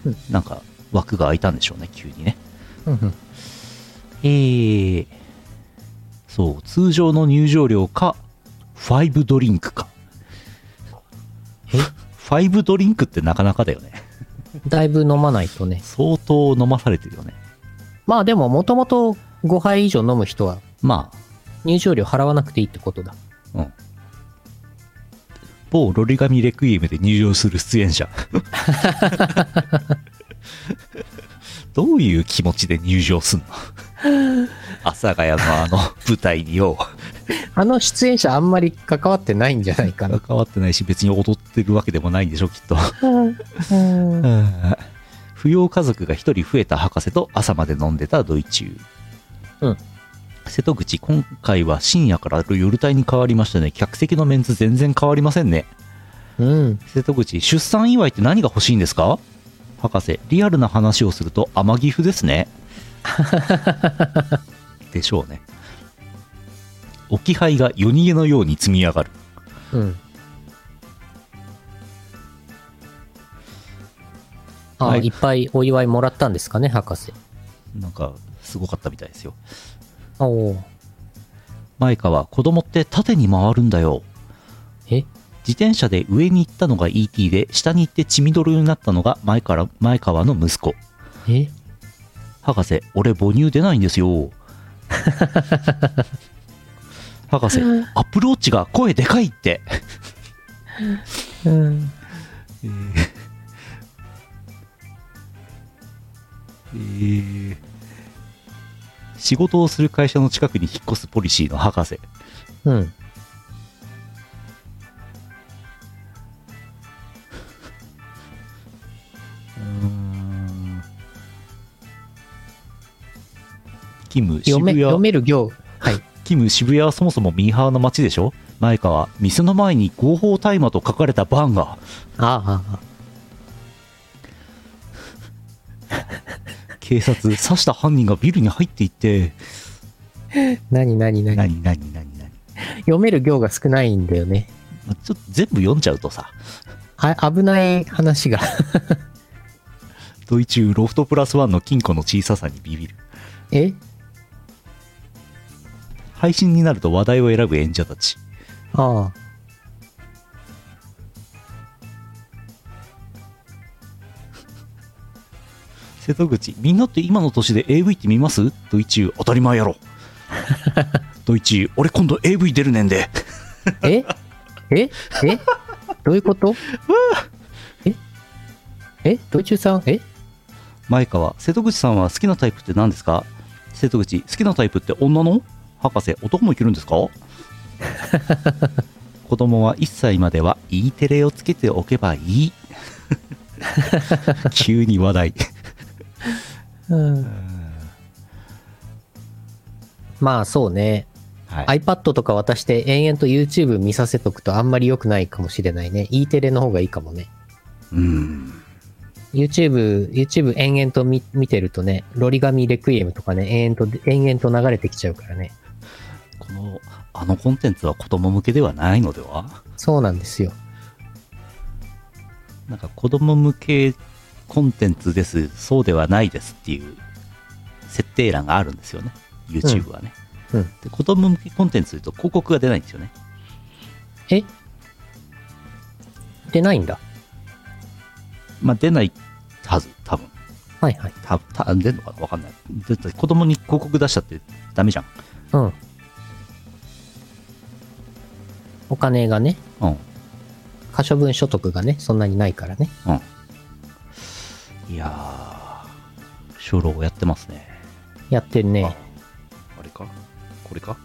[SPEAKER 2] うん
[SPEAKER 1] なんか、枠が空いたんでしょうね、急にね。
[SPEAKER 2] うんうん。
[SPEAKER 1] えー、そう、通常の入場料か、5ドリンクか。え ?5 ドリンクってなかなかだよね。
[SPEAKER 2] だいぶ飲まないとね。
[SPEAKER 1] 相当飲まされてるよね。
[SPEAKER 2] まあでも、もともと5杯以上飲む人は
[SPEAKER 1] まあ、
[SPEAKER 2] 入場料払わなくていいってことだ。
[SPEAKER 1] うん。某ロリガミレクイエムで入場する出演
[SPEAKER 2] [laughs]
[SPEAKER 1] 者。どういう気持ちで入場すんの阿佐ヶ谷のあの舞台によ
[SPEAKER 2] あの出演者あんまり関わってないんじゃない [laughs] かな。
[SPEAKER 1] 関わってないし別に踊ってるわけでもないんでしょきっと
[SPEAKER 2] うん
[SPEAKER 1] うん扶養家族が1人増えた博士と朝まで飲んでたドイチュー
[SPEAKER 2] うん
[SPEAKER 1] 瀬戸口今回は深夜から夜帯に変わりましたね客席のメンツ全然変わりませんね
[SPEAKER 2] うん。
[SPEAKER 1] 瀬戸口出産祝いって何が欲しいんですか博士リアルな話をすると天城府ですねでしょうね置き配が夜逃げのように積み上がる
[SPEAKER 2] うん。あ、
[SPEAKER 1] はい
[SPEAKER 2] い、っぱいお祝いもらったんですかね、博士。
[SPEAKER 1] なんかすごかったみたいですよ
[SPEAKER 2] おお。
[SPEAKER 1] マイカは子供って縦に回るんだよ
[SPEAKER 2] え
[SPEAKER 1] 自転車で上に行ったのが ET で下に行って血みどろになったのが前から前川の息子
[SPEAKER 2] え
[SPEAKER 1] 博士俺母乳出ないんですよ博士アップローチが声でかいって、
[SPEAKER 2] うん。
[SPEAKER 1] えーえー仕事をする会社の近くに引っ越すポリシーの博士
[SPEAKER 2] うん。
[SPEAKER 1] うーん勤務
[SPEAKER 2] 読め、
[SPEAKER 1] 渋谷
[SPEAKER 2] 読める行。はい。
[SPEAKER 1] キム渋谷はそもそもミーハーの街でしょ前川店の前に合法大麻と書かれたバンが
[SPEAKER 2] ああああ、
[SPEAKER 1] 警察刺した犯人がビルに入っていって
[SPEAKER 2] なになになに。
[SPEAKER 1] 何何何何
[SPEAKER 2] 読める行が少ないんだよね。
[SPEAKER 1] まあちょっと全部読んじゃうとさ
[SPEAKER 2] あ、危ない話が。
[SPEAKER 1] ドイチューロフトプラスワンの金庫の小ささにビビる
[SPEAKER 2] [laughs] え
[SPEAKER 1] 配信になると話題を選ぶ演者たち
[SPEAKER 2] ああ。
[SPEAKER 1] 瀬戸口みんなって今の年で AV って見ますドイチュー当たり前やろ [laughs] ドイチュー俺今度 AV 出るねんで
[SPEAKER 2] えええどういうことええドイチューさんえ
[SPEAKER 1] 前川瀬戸口さんは好きなタイプって何ですか瀬戸口好きなタイプって女の博士男もいけるんです [laughs] か子供は1歳までは E テレをつけておけばい [laughs] い急に話題
[SPEAKER 2] うん。まあそうね。
[SPEAKER 1] はい、
[SPEAKER 2] iPad とか渡して延々と YouTube 見させとくとあんまり良くないかもしれないね。E テレの方がいいかもね。
[SPEAKER 1] うん、
[SPEAKER 2] YouTube、YouTube 延々と見見てるとね、ロリガミレクイエムとかね、延々と、延々と流れてきちゃうからね。
[SPEAKER 1] このあのコンテンツは子供向けではないのでは
[SPEAKER 2] そうなんですよ。
[SPEAKER 1] なんか子供向けコンテンツですそうではないですっていう設定欄があるんですよね YouTube はね、
[SPEAKER 2] うんうん
[SPEAKER 1] で子供向けコンテンツというと広告が出ないんですよね
[SPEAKER 2] え出ないんだ。
[SPEAKER 1] まあ出ないはず多分
[SPEAKER 2] はいはい。
[SPEAKER 1] たた出るのかなわかんないだって子供に広告出しちゃってダメじゃん
[SPEAKER 2] うん。お金がね、
[SPEAKER 1] うん
[SPEAKER 2] 可処分所得がね、そんなにないからね。
[SPEAKER 1] いやー小老やってますね
[SPEAKER 2] やってるね。
[SPEAKER 1] あれかこれか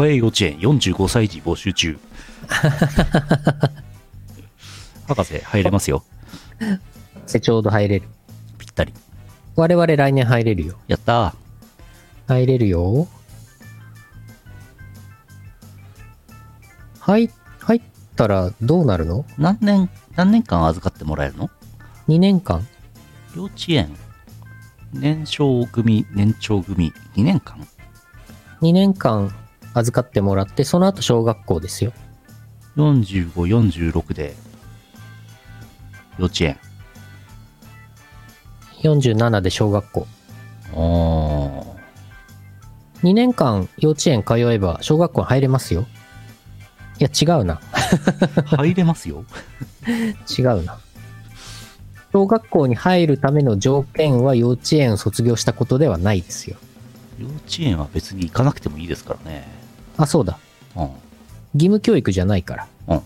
[SPEAKER 1] 栄幼稚園45歳児募集 [laughs] 中博士入れますよ
[SPEAKER 2] でちょうど入れる。
[SPEAKER 1] ぴったり
[SPEAKER 2] 我々来年入れるよ。
[SPEAKER 1] やったー
[SPEAKER 2] 入れるよ。はい、入ったらどうなるの
[SPEAKER 1] 何年何年間預かってもらえるの
[SPEAKER 2] ?2 年間
[SPEAKER 1] 幼稚園年少組年長組2年間
[SPEAKER 2] ?2 年間預かってもらって、その後小学校ですよ。
[SPEAKER 1] 4546で幼稚園
[SPEAKER 2] 47で小学校。
[SPEAKER 1] あ
[SPEAKER 2] 2年間幼稚園通えば小学校に入れますよ。いや、違うな。
[SPEAKER 1] あ入れます [laughs] よ
[SPEAKER 2] 違うな。小学校に入るための条件は幼稚園を卒業したことではないですよ。
[SPEAKER 1] 幼稚園は別に行かなくてもいいですからね
[SPEAKER 2] あ、そうだ。
[SPEAKER 1] うん
[SPEAKER 2] 義務教育じゃないから。
[SPEAKER 1] うん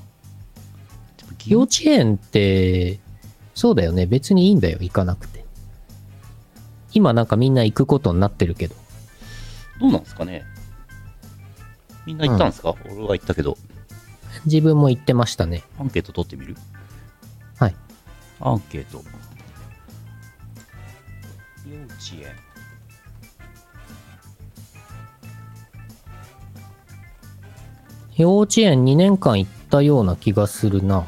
[SPEAKER 2] 幼稚園って、そうだよね。別にいいんだよ。行かなくて。今なんかみんな行くことになってるけど。
[SPEAKER 1] どうなんですかねみんな行ったんですか、俺は行ったけど、
[SPEAKER 2] 自分も行ってましたね。
[SPEAKER 1] アンケート取ってみる
[SPEAKER 2] はい。
[SPEAKER 1] アンケート。幼稚園。
[SPEAKER 2] 幼稚園2年間行ったような気がするな。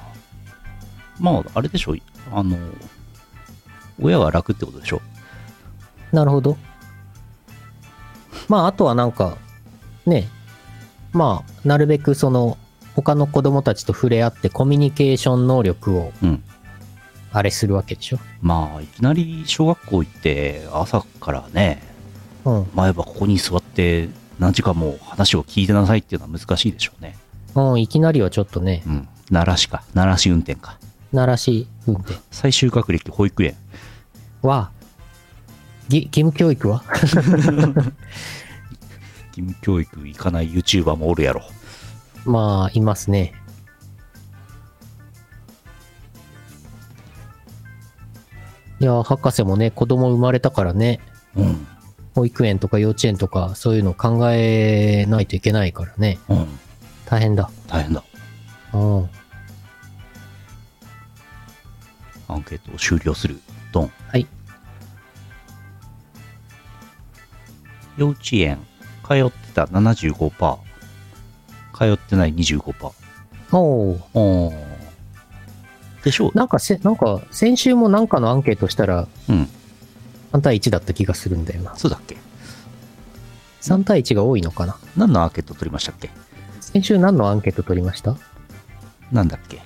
[SPEAKER 1] まあ、あれでしょあの、親は楽ってことでしょ
[SPEAKER 2] なるほど。まあ、あとはなんか、ね、まあ、なるべくその、他の子供たちと触れ合ってコミュニケーション能力を、
[SPEAKER 1] うん
[SPEAKER 2] あれするわけでしょ。
[SPEAKER 1] まあ、いきなり小学校行って、朝からね、
[SPEAKER 2] うん。
[SPEAKER 1] 前はここに座って、何時間も話を聞いてなさいっていうのは難しいでしょうね。
[SPEAKER 2] うん、いきなりはちょっとね、
[SPEAKER 1] うん。奈良市か。奈良市運転か。
[SPEAKER 2] 鳴らし運転
[SPEAKER 1] 最終学歴保育園。
[SPEAKER 2] は、ぎ義務教育は
[SPEAKER 1] 義務教育行かない YouTuber もおるやろ。
[SPEAKER 2] まあ、いますね。いや、博士もね、子供生まれたからね、
[SPEAKER 1] うん。
[SPEAKER 2] 保育園とか幼稚園とかそういうの考えないといけないからね
[SPEAKER 1] うん。
[SPEAKER 2] 大変だ
[SPEAKER 1] 大変だ。
[SPEAKER 2] うん
[SPEAKER 1] アンケートを終了する。ドン。
[SPEAKER 2] はい。
[SPEAKER 1] 幼稚園、通ってた75%、通ってない25%。
[SPEAKER 2] おー
[SPEAKER 1] おーでしょう
[SPEAKER 2] なんかせなんか先週もなんかのアンケートしたら
[SPEAKER 1] うん。
[SPEAKER 2] 3対1だった気がするんだよな
[SPEAKER 1] そうだっけ
[SPEAKER 2] 3対1が多いのかな
[SPEAKER 1] 何のアンケート取りましたっけ
[SPEAKER 2] 先週何のアンケート取りました
[SPEAKER 1] なんだっけ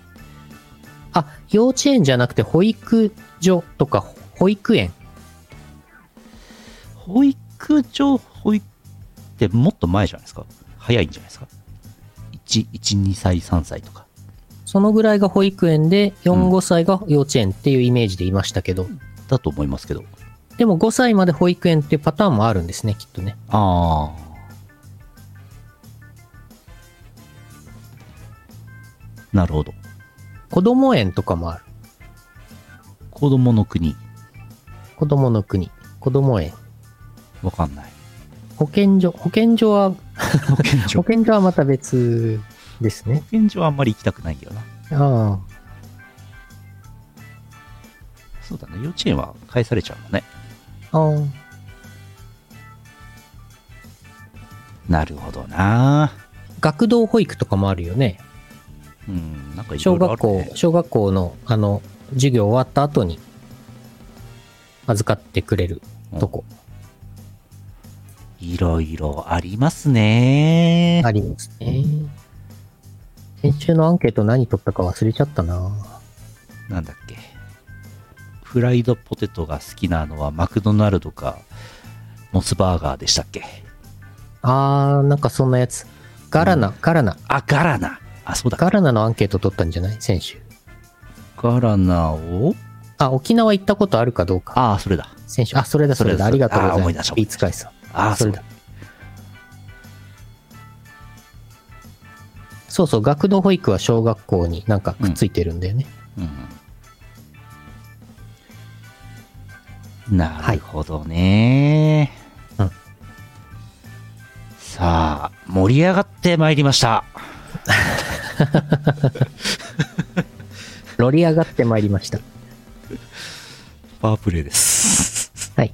[SPEAKER 2] あ幼稚園じゃなくて保育所とか保育園
[SPEAKER 1] 保育所、保育ってもっと前じゃないですか早いんじゃないですか ?1、1、2歳、3歳とか。
[SPEAKER 2] そのぐらいが保育園で45歳が幼稚園っていうイメージでいましたけど、
[SPEAKER 1] だと思いますけど。
[SPEAKER 2] でも5歳まで保育園っていうパターンもあるんですねきっとね
[SPEAKER 1] ああ。なるほど。
[SPEAKER 2] 子供園とかもある
[SPEAKER 1] 子供の国。
[SPEAKER 2] 子供の国子供園
[SPEAKER 1] わかんない。
[SPEAKER 2] 保健所、保健所は、
[SPEAKER 1] 保健
[SPEAKER 2] 保
[SPEAKER 1] 所。
[SPEAKER 2] 健所はまた別です
[SPEAKER 1] [laughs] 保
[SPEAKER 2] ね。
[SPEAKER 1] 健所はあんまり行きたくないんだよな。
[SPEAKER 2] あ
[SPEAKER 1] そうだね。幼稚園は返されちゃうもんね。
[SPEAKER 2] あ、ああ、
[SPEAKER 1] なるほどな。
[SPEAKER 2] 学童保育とかもあるよね。
[SPEAKER 1] うん、なんかいろ
[SPEAKER 2] 小
[SPEAKER 1] いろあ
[SPEAKER 2] 学
[SPEAKER 1] る、
[SPEAKER 2] 校、
[SPEAKER 1] ね、
[SPEAKER 2] 小学校の、あの、授業終わった後に、預かってくれるとこ。
[SPEAKER 1] いろいろありますね。
[SPEAKER 2] ありますね。先週のアンケート何取ったか忘れちゃったな。
[SPEAKER 1] なんだっけ。フライドポテトが好きなのはマクドナルドかモスバーガーでしたっけ。
[SPEAKER 2] あー、なんかそんなやつ。ガラナ、ガラナ。
[SPEAKER 1] あ、ガラナ。あ、そうだ。
[SPEAKER 2] ガラナのアンケート取ったんじゃない先週。
[SPEAKER 1] ガラナを
[SPEAKER 2] あ、沖縄行ったことあるかどうか。
[SPEAKER 1] ああ、それだ。
[SPEAKER 2] 先週。あ、それだ、それだ。
[SPEAKER 1] そ
[SPEAKER 2] あ
[SPEAKER 1] れ
[SPEAKER 2] り
[SPEAKER 1] だ
[SPEAKER 2] がとうございま
[SPEAKER 1] あ
[SPEAKER 2] す。
[SPEAKER 1] 思い出した
[SPEAKER 2] ビーツ返すわ
[SPEAKER 1] ああ、
[SPEAKER 2] そ
[SPEAKER 1] そ
[SPEAKER 2] れ
[SPEAKER 1] れ
[SPEAKER 2] だ
[SPEAKER 1] だ。
[SPEAKER 2] そうそう、学童保育は小学校になんかくっついてるんだよね。
[SPEAKER 1] うん、なるほどね、
[SPEAKER 2] はいうん
[SPEAKER 1] さあ盛り上がってまいりました
[SPEAKER 2] ロリ上がってまいりました。
[SPEAKER 1] パワープレイです
[SPEAKER 2] はい。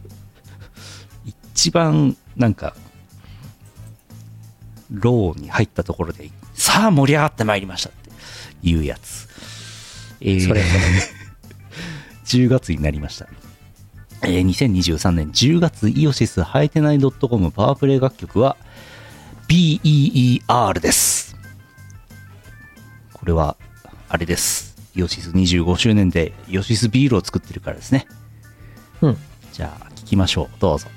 [SPEAKER 1] [laughs] 一番なんかローに入ったところでさあ盛り上がってまいりましたっていうやつ、えー
[SPEAKER 2] それも
[SPEAKER 1] 10月になりました。えー2023年10月イオシスハイテナイドットコムパワープレイ楽曲は BEER です。これは、あれです。イオシス25周年でイオシスビールを作ってるからですね。
[SPEAKER 2] うん。
[SPEAKER 1] じゃあ、聞きましょう。どうぞ。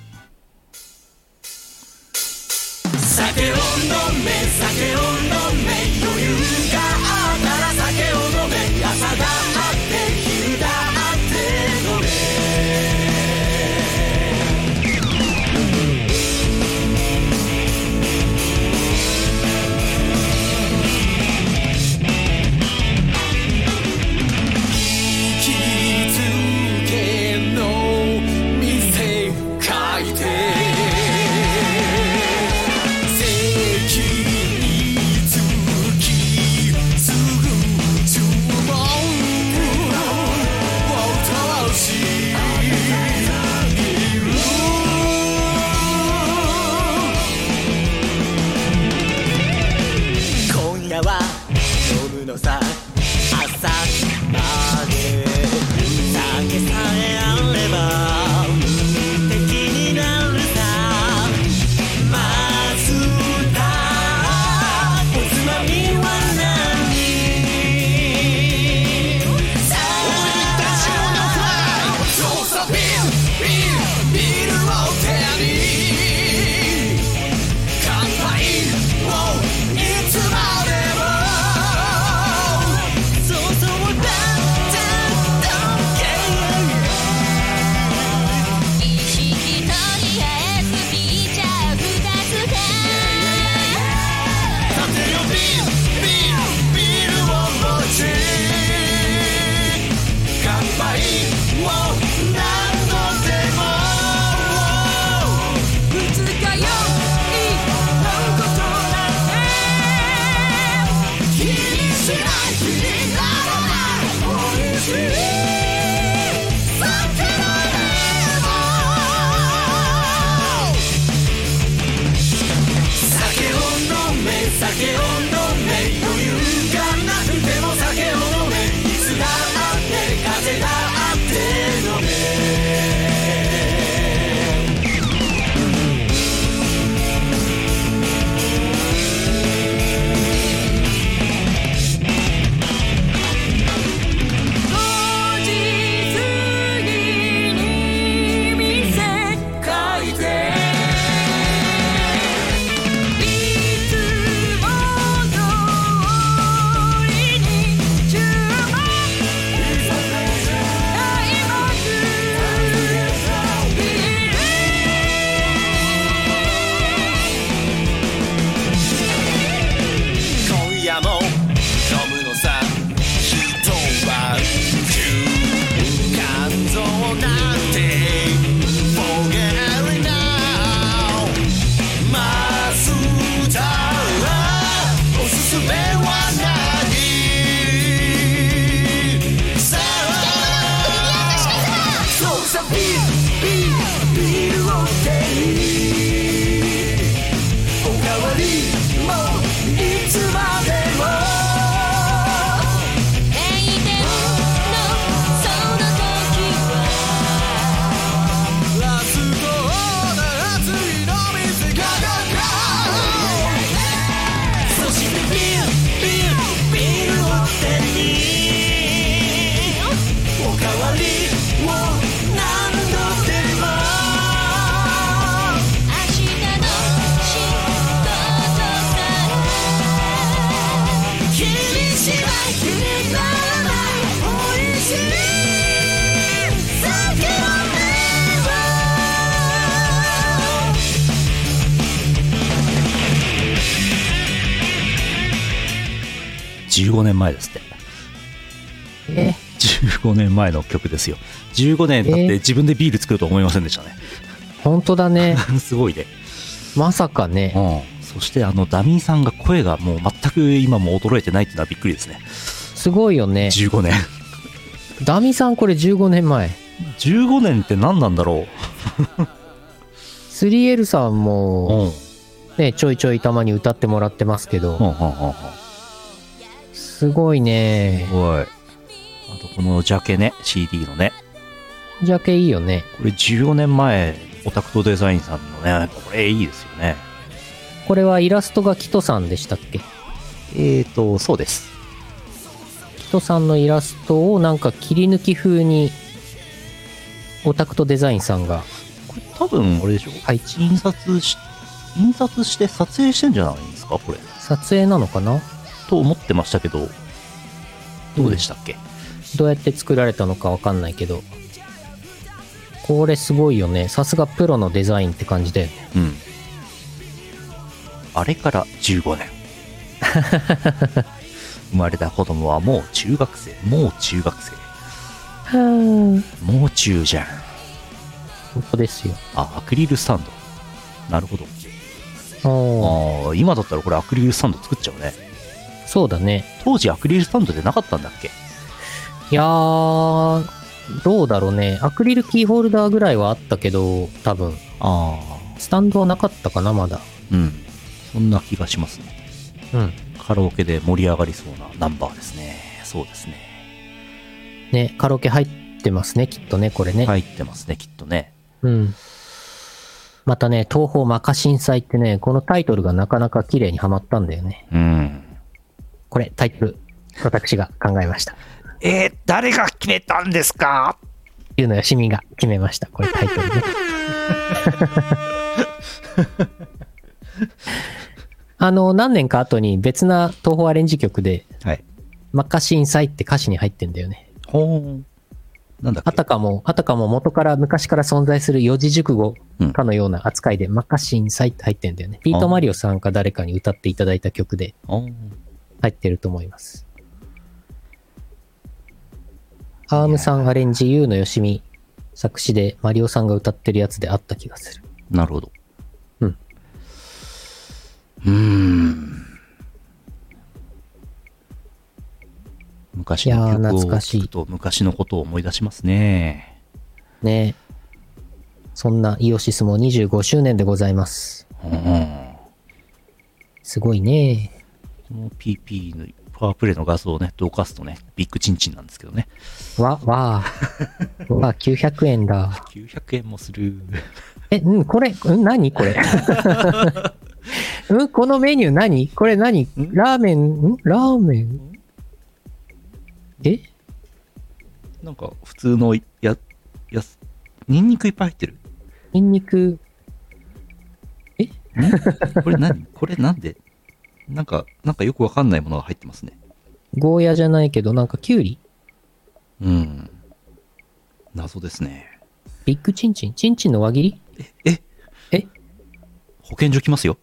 [SPEAKER 4] 気づけの店書いて席につきすぐ注文を倒している今夜は飲むのさ朝まで酒さえあれば無敵になるさまずだおつまみは何さあ俺たちのフライ調査ビールビールビールを手に乾杯をいつまでもそうそうだった
[SPEAKER 1] 15年前ですって
[SPEAKER 2] え
[SPEAKER 1] 15年前の曲ですよ15年経っ
[SPEAKER 2] え
[SPEAKER 1] て自分でビール作ると思いませんでしたね、
[SPEAKER 2] 本当だね。
[SPEAKER 1] [laughs] すごいね、
[SPEAKER 2] まさかね。
[SPEAKER 1] うん、そしてあのダミーさんが声がもう全く今も衰えてないっていうのはびっくりですね
[SPEAKER 2] すごいよね。
[SPEAKER 1] 15年
[SPEAKER 2] ダミさんこれ15年前。
[SPEAKER 1] 15年って何なんだろ
[SPEAKER 2] 3L さん
[SPEAKER 1] う、うん
[SPEAKER 2] も、
[SPEAKER 1] うん
[SPEAKER 2] ね、ちょいちょいたまに歌ってもらってますけ
[SPEAKER 1] うんう
[SPEAKER 2] ど、
[SPEAKER 1] んうん
[SPEAKER 2] すごいね。
[SPEAKER 1] はいあとこのジャケね CD のね
[SPEAKER 2] ジャケいいよね。
[SPEAKER 1] これ15年前オタクトデザインさんのねこれいいですよね
[SPEAKER 2] これはイラストがキトさんでしたっけ
[SPEAKER 1] えーとそうです
[SPEAKER 2] キトさんのイラストをなんか切り抜き風に、オタクトデザインさんが、
[SPEAKER 1] これ多分あれでしょ
[SPEAKER 2] はい、
[SPEAKER 1] 印刷し印刷して撮影してんじゃないんですかこれ
[SPEAKER 2] 撮影なのかな
[SPEAKER 1] と思ってましたけどどうでしたっけ、
[SPEAKER 2] どうやって作られたのかわかんないけど、これすごいよね。さすがプロのデザインって感じで。
[SPEAKER 1] うんあれから15年 [laughs] 生まれた子供はもう中学生もう中学生
[SPEAKER 2] 本
[SPEAKER 1] もう中じゃん
[SPEAKER 2] 当ですよ。
[SPEAKER 1] あアクリルスタンドなるほど
[SPEAKER 2] おー
[SPEAKER 1] ああ今だったらこれアクリルスタンド作っちゃうね
[SPEAKER 2] そうだね。
[SPEAKER 1] 当時アクリルスタンドでなかったんだっけ
[SPEAKER 2] いやー、どうだろうね。アクリルキーホルダーぐらいはあったけど、多分。
[SPEAKER 1] ああ
[SPEAKER 2] スタンドはなかったかな、まだ。
[SPEAKER 1] うんそんな気がしますね
[SPEAKER 2] うん。
[SPEAKER 1] カラオケで盛り上がりそうなナンバーですねそうですね
[SPEAKER 2] ね、カラオケ入ってますね、きっとね、これね。
[SPEAKER 1] 入ってますねきっとね
[SPEAKER 2] うん。またね、東方魔化震災ってね、このタイトルがなかなか綺麗にはまったんだよね。
[SPEAKER 1] うん
[SPEAKER 2] これ、タイトル、私が考えました。
[SPEAKER 1] えー誰が決めたんですか
[SPEAKER 2] ゆうのよしみが決めました。これタイトル [laughs] ね。あの、何年か後に別な東宝アレンジ曲で、
[SPEAKER 1] はい。
[SPEAKER 2] マッカシンサイって歌詞に入ってんだよね。
[SPEAKER 1] ほーなんだっけ
[SPEAKER 2] あたかも、あたかも元から昔から存在する四字熟語かのような扱いで、マッカシンサイって入ってんだよね。ピートマリオさんか誰かに歌っていただいた曲で
[SPEAKER 1] あー
[SPEAKER 2] 入ってると思います。アームさんアレンジ、ゆうのよしみ作詞でマリオさんが歌ってるやつであった気がする。
[SPEAKER 1] なるほど。
[SPEAKER 2] うん
[SPEAKER 1] うーん。昔
[SPEAKER 2] い
[SPEAKER 1] の
[SPEAKER 2] やー
[SPEAKER 1] 曲を
[SPEAKER 2] 懐かしい
[SPEAKER 1] 聞くと昔のことを思い出しますね。
[SPEAKER 2] ねそんなイオシスも25周年でございます。
[SPEAKER 1] うんうん
[SPEAKER 2] すごいね。
[SPEAKER 1] この PP のパワープレイの画像をね、どかすとね、ビッグチンチンなんですけどね。
[SPEAKER 2] わ、わあ。わあ、900円だ。
[SPEAKER 1] 900円もする。
[SPEAKER 2] え、うん、これ、うん、何これ。 [laughs] うん、このメニュー何これ何ラーメン、んラーメンえ
[SPEAKER 1] なんか普通のや、や、ニンニクいっぱい入ってる。
[SPEAKER 2] ニンニク、
[SPEAKER 1] これ何これなんでなんか、なんかよくわかんないものが入ってますね。
[SPEAKER 2] ゴーヤじゃないけど、なんかキュウリ
[SPEAKER 1] うん。謎ですね。
[SPEAKER 2] ビッグチンチンチンチンの輪切り
[SPEAKER 1] え
[SPEAKER 2] え
[SPEAKER 1] 保健所来ますよ。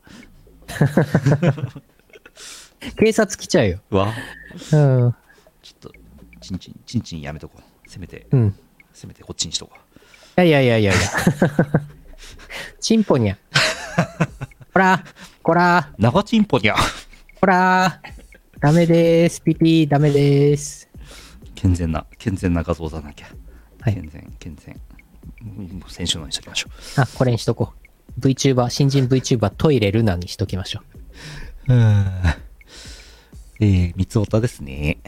[SPEAKER 2] 警察来ちゃうよ。
[SPEAKER 1] わ
[SPEAKER 2] うん。
[SPEAKER 1] ちょっと、ちんちん、ちんちんやめとこう。せめて、
[SPEAKER 2] うん。
[SPEAKER 1] せめてこっちにしとこう。
[SPEAKER 2] いやいやいやい [laughs] やいや。チンポニャ。こら、こら、
[SPEAKER 1] 長チンポにゃ。
[SPEAKER 2] こら。ダメです。ピピ、ダメです。
[SPEAKER 1] 健全な、健全な画像だなきゃ。
[SPEAKER 2] はい
[SPEAKER 1] 健全、健全。うん先週のにしときましょ
[SPEAKER 2] あ、これにしとこう。VTuber、新人 VTuber トイレルナにしときましょう。
[SPEAKER 1] う。うん。えー、三つおたですね。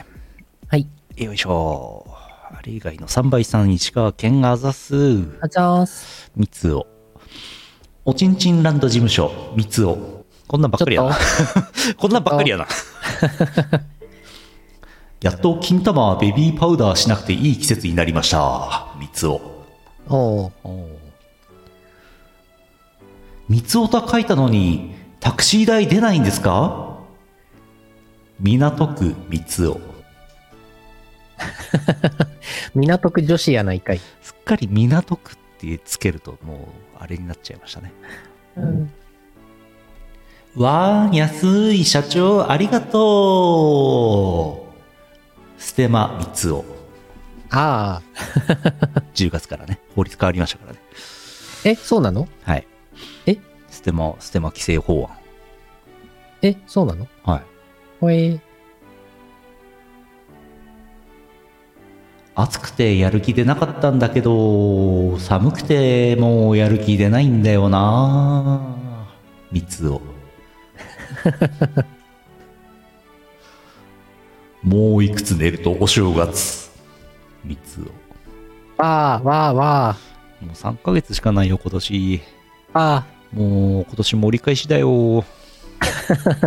[SPEAKER 2] はい。
[SPEAKER 1] よいしょ。あれ以外の3倍さん、石川県あざす。
[SPEAKER 2] あざーす。
[SPEAKER 1] 三つお。おちんちんランド事務所、三つお。こんなんばっかりやな。 [laughs] こんなんばっかりやな。やっと金玉はベビーパウダーしなくていい季節になりました。三つお。
[SPEAKER 2] おう
[SPEAKER 1] 三つおた書いたのに、タクシー代出ないんですか港区三つお。
[SPEAKER 2] 港区女子やないかい。
[SPEAKER 1] すっかり港区ってつけるともうあれになっちゃいましたね。わー、安い社長ありがとうステマ三つを
[SPEAKER 2] ああ、
[SPEAKER 1] 10月からね、法律変わりましたからね。
[SPEAKER 2] え、そうなの
[SPEAKER 1] はい。
[SPEAKER 2] え
[SPEAKER 1] ステマ、ステマ規制法案。
[SPEAKER 2] え、そうなの
[SPEAKER 1] はい。
[SPEAKER 2] ほえ、
[SPEAKER 1] 暑くてやる気出なかったんだけど、寒くてもうやる気出ないんだよな三つを。もういくつ寝るとお正月。三つを。
[SPEAKER 2] わあ、わあ、わ
[SPEAKER 1] もう3ヶ月しかないよ、今年。
[SPEAKER 2] あ、あ
[SPEAKER 1] もう今年も折り返しだよ。
[SPEAKER 2] あ、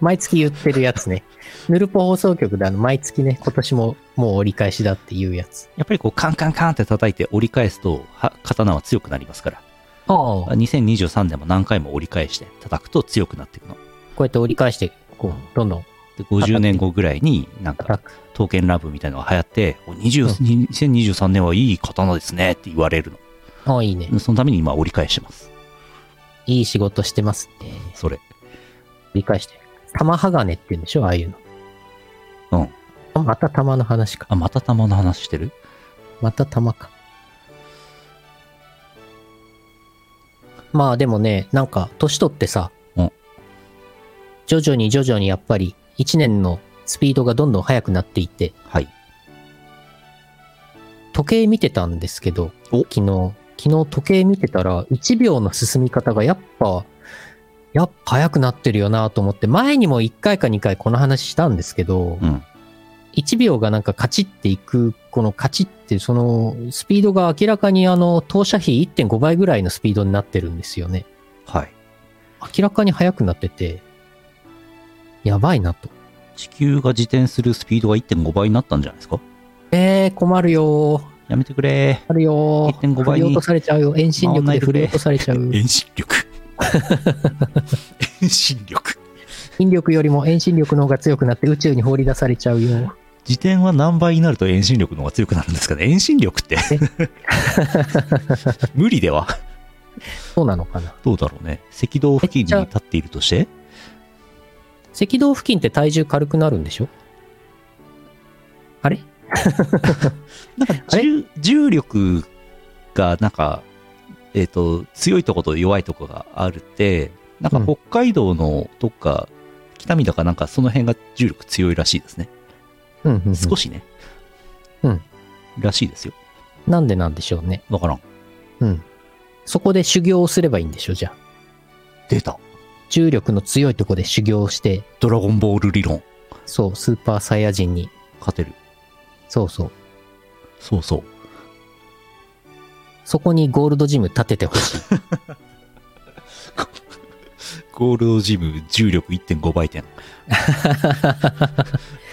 [SPEAKER 2] 毎月言ってるやつね。ヌルポ放送局であの、毎月ね、今年ももう折り返しだっていうやつ。
[SPEAKER 1] やっぱりこうカンカンカンって叩いて折り返すとは刀は強くなりますから。
[SPEAKER 2] ああ、こ
[SPEAKER 1] 2023年も何回も折り返して叩くと強くなっていくの。
[SPEAKER 2] うやって折り返して、こう、どんどん
[SPEAKER 1] で50年後ぐらいになんか
[SPEAKER 2] 叩く。
[SPEAKER 1] 刀剣ラブみたいなのが流行って、お20 2023年はいい刀ですねって言われる
[SPEAKER 2] ああ、いいね。
[SPEAKER 1] の。そのために今折り返してます。
[SPEAKER 2] いい仕事してますね。
[SPEAKER 1] それ。
[SPEAKER 2] 折り返して。玉鋼って言うんでしょああいうの。
[SPEAKER 1] うん
[SPEAKER 2] あ。また玉の話か。
[SPEAKER 1] あ、また玉の話してる
[SPEAKER 2] また玉か。まあでもね、なんか、年取ってさ、
[SPEAKER 1] うん
[SPEAKER 2] 徐々に徐々にやっぱり、一年のスピードがどんどん速くなっていて、
[SPEAKER 1] はい。
[SPEAKER 2] 時計見てたんですけど、
[SPEAKER 1] お
[SPEAKER 2] 昨日、昨日時計見てたら、1秒の進み方がやっぱ、やっぱ速くなってるよなと思って、前にも1回か2回この話したんですけど、
[SPEAKER 1] うん。
[SPEAKER 2] 1秒がなんかカチっていく、このカチって、そのスピードが明らかにあの、投射比1.5倍ぐらいのスピードになってるんですよね。
[SPEAKER 1] はい。
[SPEAKER 2] 明らかに速くなってて、やばいなと。
[SPEAKER 1] 地球が自転するスピードが1.5倍になったんじゃないですか
[SPEAKER 2] えー、困るよー。
[SPEAKER 1] やめてくれ。
[SPEAKER 2] あるよー。
[SPEAKER 1] 1.5倍に
[SPEAKER 2] 振り落とされちゃうよ。遠心力で振り落とされちゃう。
[SPEAKER 1] 遠心力。 [laughs] 遠心力。
[SPEAKER 2] 引力よりも遠心力の方が強くなって宇宙に放り出されちゃうよ。
[SPEAKER 1] 自転は何倍になると遠心力の方が強くなるんですかね遠心力って [laughs] 無理では
[SPEAKER 2] そうなのかな。
[SPEAKER 1] どうだろうね赤道付近に立っているとして
[SPEAKER 2] 赤道付近って体重軽くなるんでしょあれ
[SPEAKER 1] なんか
[SPEAKER 2] あれ
[SPEAKER 1] 重重力がなんか、えっと強いとこと弱いとこがあるってなんか
[SPEAKER 2] うん
[SPEAKER 1] 北海道のどっか、北見だかなんかその辺が重力強いらしいですね
[SPEAKER 2] うんうん、うん。
[SPEAKER 1] 少しね
[SPEAKER 2] うん
[SPEAKER 1] らしいですよ
[SPEAKER 2] なんでなんでしょうね。
[SPEAKER 1] わからん
[SPEAKER 2] うん。そこで修行をすればいいんでしょ、じゃあ。
[SPEAKER 1] 出た
[SPEAKER 2] 重力の強いとこで修行をして、
[SPEAKER 1] ドラゴンボール理論
[SPEAKER 2] そう、スーパーサイヤ人に、
[SPEAKER 1] 勝てる
[SPEAKER 2] そうそう、
[SPEAKER 1] そうそう
[SPEAKER 2] そこにゴールドジム立ててほしい。
[SPEAKER 1] ゴールドジム重力1.5倍
[SPEAKER 2] [laughs]
[SPEAKER 1] 点。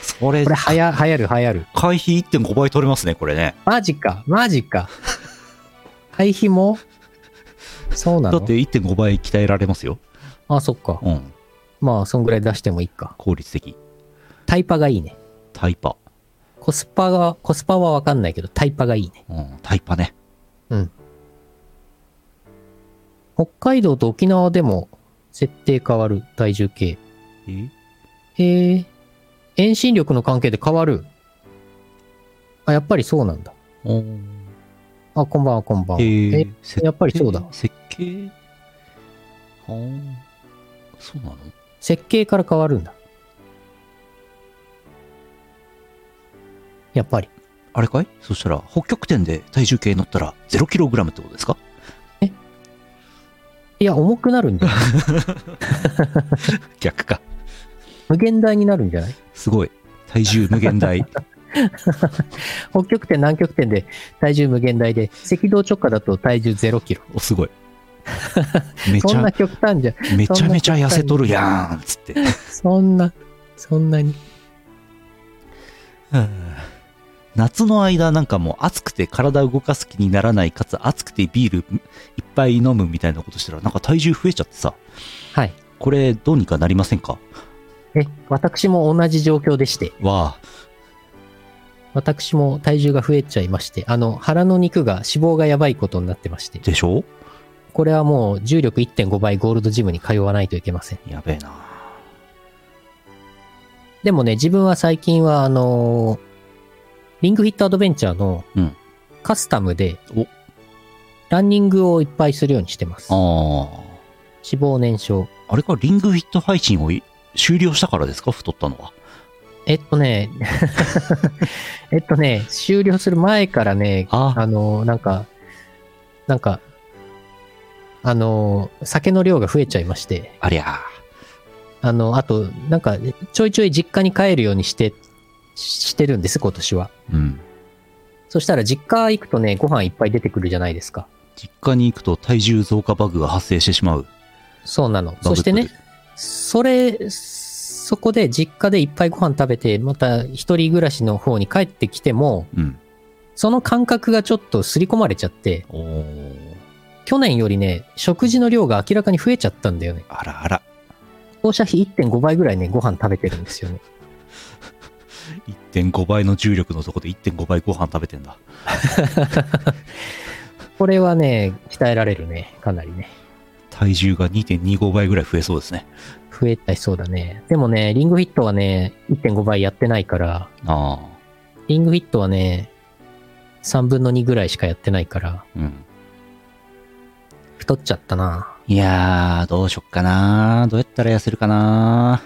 [SPEAKER 1] それ
[SPEAKER 2] これ、はや、流行る、流行る。
[SPEAKER 1] 回避1.5倍取れますね、これね。
[SPEAKER 2] マジか、マジか。回避もそうな
[SPEAKER 1] だ
[SPEAKER 2] の
[SPEAKER 1] って1.5倍鍛えられますよ。
[SPEAKER 2] あ、そっか。
[SPEAKER 1] うん。
[SPEAKER 2] まあ、そんぐらい出してもいいか。
[SPEAKER 1] 効率的。
[SPEAKER 2] タイパがいいね。
[SPEAKER 1] タイパ。
[SPEAKER 2] コスパが、コスパはわかんないけど、タイパがいいね。
[SPEAKER 1] うん、タイパね。
[SPEAKER 2] 北海道と沖縄でも、設定変わる、体重計。
[SPEAKER 1] え
[SPEAKER 2] へえ。遠心力の関係で変わる。あ、やっぱりそうなんだ。
[SPEAKER 1] お
[SPEAKER 2] あ、こんばんは、こんばんは。
[SPEAKER 1] え
[SPEAKER 2] えやっぱりそうだ
[SPEAKER 1] 設計はん。そうなの
[SPEAKER 2] 設計から変わるんだ。やっぱり。
[SPEAKER 1] あれかいそしたら、北極点で体重計乗ったら 0kg ってことですか
[SPEAKER 2] いや、重くなる
[SPEAKER 1] [laughs]
[SPEAKER 2] んじゃない
[SPEAKER 1] 逆か。
[SPEAKER 2] 無限大になるんじゃない
[SPEAKER 1] すごい。体重無限大。
[SPEAKER 2] 北極点、南極点で体重無限大で、赤道直下だと体重0キロ。
[SPEAKER 1] [laughs] お、す [laughs] ごい。めち
[SPEAKER 2] そん
[SPEAKER 1] ゃ
[SPEAKER 2] な極端じゃ、
[SPEAKER 1] めちゃめちゃ痩せとるやんっつって。
[SPEAKER 2] そんな、そんなに。
[SPEAKER 1] 夏の間なんかもう暑くて体を動かす気にならないかつ暑くてビールいっぱい飲むみたいなことしたらなんか体重増えちゃってさ
[SPEAKER 2] はい。
[SPEAKER 1] これどうにかなりませんか
[SPEAKER 2] え、私も同じ状況でして、
[SPEAKER 1] わあ
[SPEAKER 2] 私も体重が増えちゃいまして、あの、腹の肉が脂肪がやばいことになってまして、
[SPEAKER 1] でしょ
[SPEAKER 2] これはもう重力1.5倍ゴールドジムに通わないといけません。
[SPEAKER 1] やべえな。
[SPEAKER 2] でもね、自分は最近は、あのーリングフィットアドベンチャーの
[SPEAKER 1] うん
[SPEAKER 2] カスタムで
[SPEAKER 1] お、
[SPEAKER 2] ランニングをいっぱいするようにしてます。脂
[SPEAKER 1] ああ。
[SPEAKER 2] 肪燃焼。
[SPEAKER 1] あれか、リングフィット配信をい終了したからですか太ったのは。
[SPEAKER 2] えっとね、 [laughs] えっとね、終了する前からね、
[SPEAKER 1] あ
[SPEAKER 2] あのーなんか、なんか、あのー酒の量が増えちゃいまして、
[SPEAKER 1] ありゃあ。
[SPEAKER 2] あの、あと、なんか、ちょいちょい実家に帰るようにして、ししてるんです、今年は。
[SPEAKER 1] うん。
[SPEAKER 2] そしたら実家行くとね、ご飯いっぱい出てくるじゃないですか。
[SPEAKER 1] 実家に行くと体重増加バグが発生してしまう。
[SPEAKER 2] そうなの。
[SPEAKER 1] バグ
[SPEAKER 2] そ
[SPEAKER 1] っ
[SPEAKER 2] してて
[SPEAKER 1] る
[SPEAKER 2] ね、それ、そこで実家でいっぱいご飯食べて、また一人暮らしの方に帰ってきても、
[SPEAKER 1] うん。
[SPEAKER 2] その感覚がちょっと刷り込まれちゃって、
[SPEAKER 1] おー
[SPEAKER 2] 去年よりね、食事の量が明らかに増えちゃったんだよね。
[SPEAKER 1] あらあら。
[SPEAKER 2] 放射費1.5倍ぐらいね、ご飯食べてるんですよね。
[SPEAKER 1] 1.5倍の重力のとこで1.5倍ご飯食べてんだ。
[SPEAKER 2] これはね、鍛えられるね、かなりね。
[SPEAKER 1] 体重が2.25倍ぐらい増えそうですね。
[SPEAKER 2] 増えたりそうだね。でもね、リングフィットはね、1.5倍やってないから、
[SPEAKER 1] あ
[SPEAKER 2] リングフィットはね、3分の2ぐらいしかやってないから、
[SPEAKER 1] あ。うん。
[SPEAKER 2] 太っちゃったない
[SPEAKER 1] やー、どうしよっかなー。どうやったら痩せるかな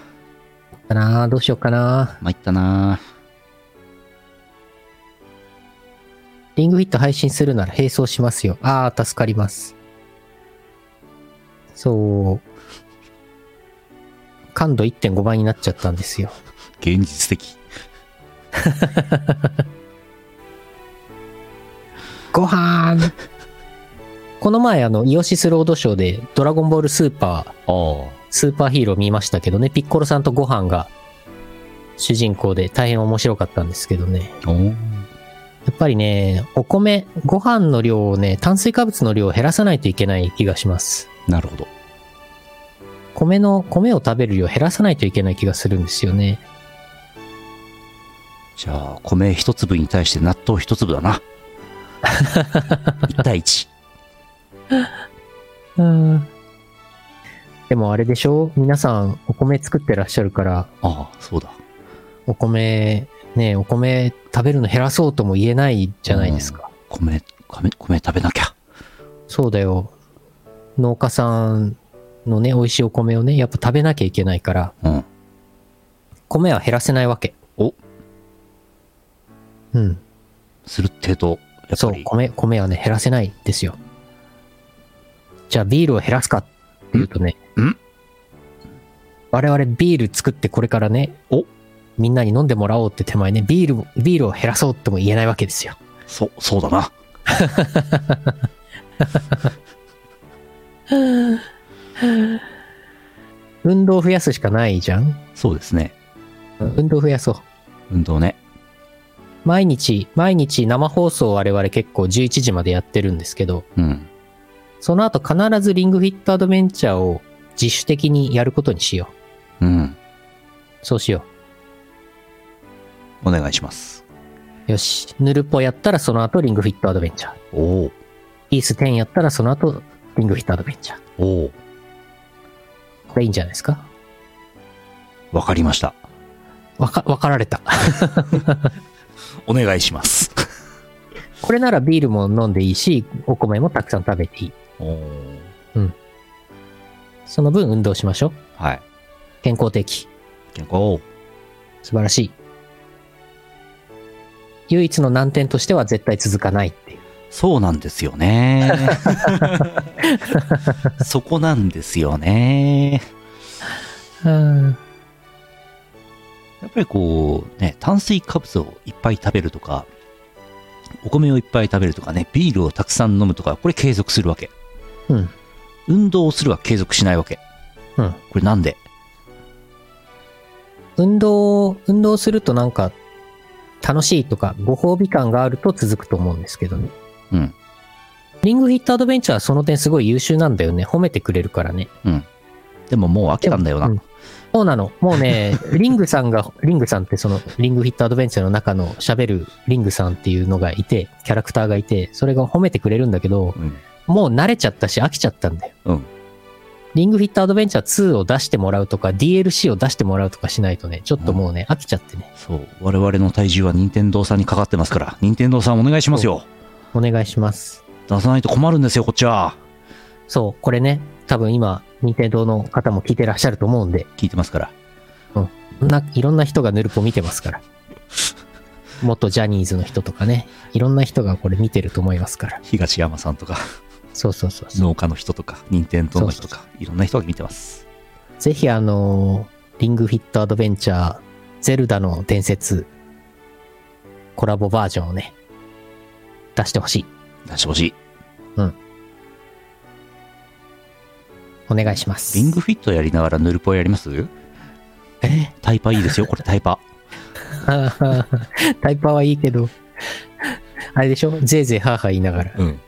[SPEAKER 2] だなあどうしようかな
[SPEAKER 1] ー。参ったな
[SPEAKER 2] リングフィット配信するなら並走しますよ。ああ、助かります。そう。感度1.5倍になっちゃったんですよ。
[SPEAKER 1] ー。現実的。
[SPEAKER 2] ごはんこの前、あの、イオシスロードショーで、ドラゴンボールスーパー、
[SPEAKER 1] ああ。
[SPEAKER 2] スーパーヒーロー見ましたけどね、ピッコロさんとご飯が主人公で大変面白かったんですけどね。
[SPEAKER 1] おー
[SPEAKER 2] やっぱりね、お米、ご飯の量をね、炭水化物の量を減らさないといけない気がします。
[SPEAKER 1] なるほど。
[SPEAKER 2] 米の、米を食べる量を減らさないといけない気がするんですよね。
[SPEAKER 1] じゃあ、米一粒に対して納豆一粒だな。1対1。
[SPEAKER 2] うん。でもあれでしょ皆さんお米作ってらっしゃるから、
[SPEAKER 1] ああ、そうだ。
[SPEAKER 2] お米、ね、お米食べるの減らそうとも言えないじゃないですか。
[SPEAKER 1] 米、米、米食べなきゃ。
[SPEAKER 2] そうだよ。農家さんのね、美味しいお米をね、やっぱ食べなきゃいけないから、
[SPEAKER 1] うん。
[SPEAKER 2] 米は減らせないわけ。
[SPEAKER 1] お
[SPEAKER 2] うん。
[SPEAKER 1] するってえと、やっ
[SPEAKER 2] そ
[SPEAKER 1] ぱ
[SPEAKER 2] う
[SPEAKER 1] り、。
[SPEAKER 2] 米、米はね、減らせないですよ。じゃあビールを減らすかっていうとね、
[SPEAKER 1] ん
[SPEAKER 2] 我々ビール作ってこれからね、
[SPEAKER 1] お
[SPEAKER 2] みんなに飲んでもらおうって手前ね、ビールも、ビールを減らそうとも言えないわけですよ。
[SPEAKER 1] そう、そうだな。
[SPEAKER 2] 運動を増やすしかないじゃん
[SPEAKER 1] そうですね。
[SPEAKER 2] うん運動を増やそう。
[SPEAKER 1] 運動ね。
[SPEAKER 2] 毎日、毎日生放送を我々結構11時までやってるんですけど、
[SPEAKER 1] うん。
[SPEAKER 2] その後必ずリングフィットアドベンチャーを自主的にやることにしよ
[SPEAKER 1] うん。
[SPEAKER 2] う。そうしよ
[SPEAKER 1] お願いします。
[SPEAKER 2] う。よし。ヌルポやったらその後リングフィットアドベンチャー。
[SPEAKER 1] おお
[SPEAKER 2] ピース10やったらその後リングフィットアドベンチャー。
[SPEAKER 1] おお
[SPEAKER 2] これいいんじゃないですか
[SPEAKER 1] わかりました。
[SPEAKER 2] わか、わかられた。 [laughs]
[SPEAKER 1] お願いします。 [laughs]
[SPEAKER 2] これならビールも飲んでいいし、お米もたくさん食べていい。
[SPEAKER 1] おお
[SPEAKER 2] その分運動しましょう。
[SPEAKER 1] はい。
[SPEAKER 2] 健康的。
[SPEAKER 1] 健康。
[SPEAKER 2] 素晴らしい。唯一の難点としては絶対続かないっていう。
[SPEAKER 1] そうなんですよ
[SPEAKER 2] [laughs]
[SPEAKER 1] ね。そこなんですよね。
[SPEAKER 2] うん。
[SPEAKER 1] やっぱりこう、ね、炭水化物をいっぱい食べるとか、お米をいっぱい食べるとかね、ビールをたくさん飲むとか、これ継続するわけ。
[SPEAKER 2] うん。
[SPEAKER 1] 運動をするは継続しないわけ。
[SPEAKER 2] うん。
[SPEAKER 1] これなんで
[SPEAKER 2] 運動、運動するとなんか、楽しいとか、ご褒美感があると続くと思うんですけどね。
[SPEAKER 1] うん。
[SPEAKER 2] リングフィットアドベンチャーはその点すごい優秀なんだよね。褒めてくれるからね。
[SPEAKER 1] でももう飽きたんだよな。
[SPEAKER 2] うんそうなの。もうね、 [laughs] リングさんが、リングさんってその、リングフィットアドベンチャーの中の喋るリングさんっていうのがいて、キャラクターがいて、それが褒めてくれるんだけど、
[SPEAKER 1] うん
[SPEAKER 2] もう慣れちゃったし飽きちゃったんだよ。
[SPEAKER 1] うん
[SPEAKER 2] リングフィットアドベンチャー2を出してもらうとか、DLC を出してもらうとかしないとね、ちょっともうね、飽きちゃってね、
[SPEAKER 1] そう我々の体重は任天堂さんにかかってますから任天堂さんお願いしますよ
[SPEAKER 2] お願いします。
[SPEAKER 1] 出さないと困るんですよこっちは
[SPEAKER 2] そう、これね、多分今、任天堂の方も聞いてらっしゃると思うんで、
[SPEAKER 1] 聞いてますから
[SPEAKER 2] ないろんな人がヌルポ見てます
[SPEAKER 1] [laughs]
[SPEAKER 2] から。元ジャニーズの人とかね、いろんな人がこれ見てると思いますから。
[SPEAKER 1] 東山さんとか
[SPEAKER 2] そうそうそうそう。
[SPEAKER 1] 農家の人とか任天堂の人とかいろんな人が見てます
[SPEAKER 2] ぜひあのーリングフィットアドベンチャー、ゼルダの伝説、コラボバージョンをね、出してほしい。
[SPEAKER 1] 出してほしい
[SPEAKER 2] お願いします。
[SPEAKER 1] リングフィットやりながらヌルポやります
[SPEAKER 2] え
[SPEAKER 1] タイパいいですよこれタイパ
[SPEAKER 2] タイパはいいけど、あれでしょぜいぜいはーはー言いながら。
[SPEAKER 1] うん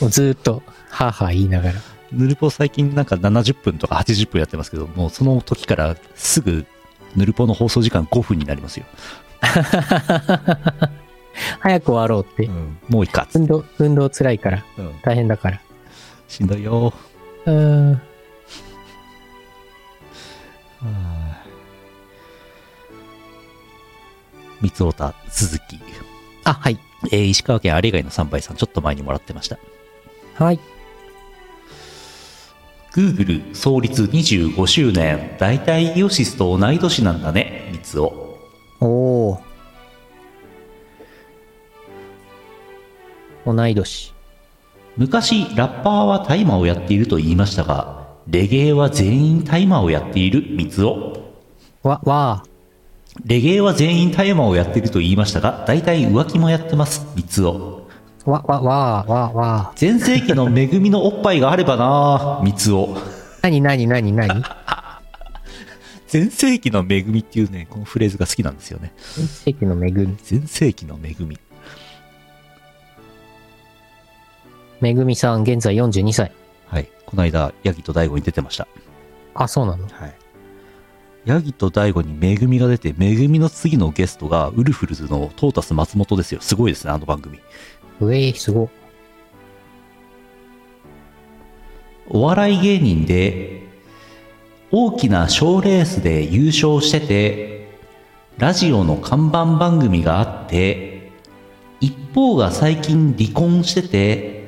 [SPEAKER 2] もうずーっと、はーはー言いながら。
[SPEAKER 1] ヌルポ最近なんか70分とか80分やってますけどもうその時からすぐヌルポの放送時間5分になりますよ、
[SPEAKER 2] 早く終わろうって。
[SPEAKER 1] もういいかっつっ
[SPEAKER 2] 運動、運動辛いから。
[SPEAKER 1] て、うん
[SPEAKER 2] 大変だから。
[SPEAKER 1] しんどいよ
[SPEAKER 2] うーん。
[SPEAKER 1] 三つおた鈴木、
[SPEAKER 2] あ、はい。
[SPEAKER 1] えー石川県有害の3倍さんちょっと前にもらってました
[SPEAKER 2] はい。
[SPEAKER 1] Google 創立25周年大体イオシスと同い年なんだね三つお
[SPEAKER 2] おー。同い年。
[SPEAKER 1] 昔ラッパーはタイマーをやっていると言いましたがレゲエは全員タイマーをやっている三つお
[SPEAKER 2] わ、わ
[SPEAKER 1] レゲエは全員タイマーをやっていると言いましたが大体浮気もやってます三つお
[SPEAKER 2] ー。わ、わ、わー、わー、わ
[SPEAKER 1] 全盛期の恵みのおっぱいがあればな三つお
[SPEAKER 2] ー。なになになになに
[SPEAKER 1] 全盛期の恵みっていうねこのフレーズが好きなんですよね
[SPEAKER 2] 奇跡の恵み。
[SPEAKER 1] 全盛期の恵み
[SPEAKER 2] めぐみさん、現在42歳。
[SPEAKER 1] はいこの間ヤギと大悟に出てました
[SPEAKER 2] あ、そうなの
[SPEAKER 1] はいヤギと大悟に恵みが出て恵みの次のゲストがウルフルズのトータス松本ですよすごいですねあの番組
[SPEAKER 2] うえー、すご。
[SPEAKER 1] お笑い芸人で大きな賞ーレースで優勝しててラジオの看板番組があって一方が最近離婚してて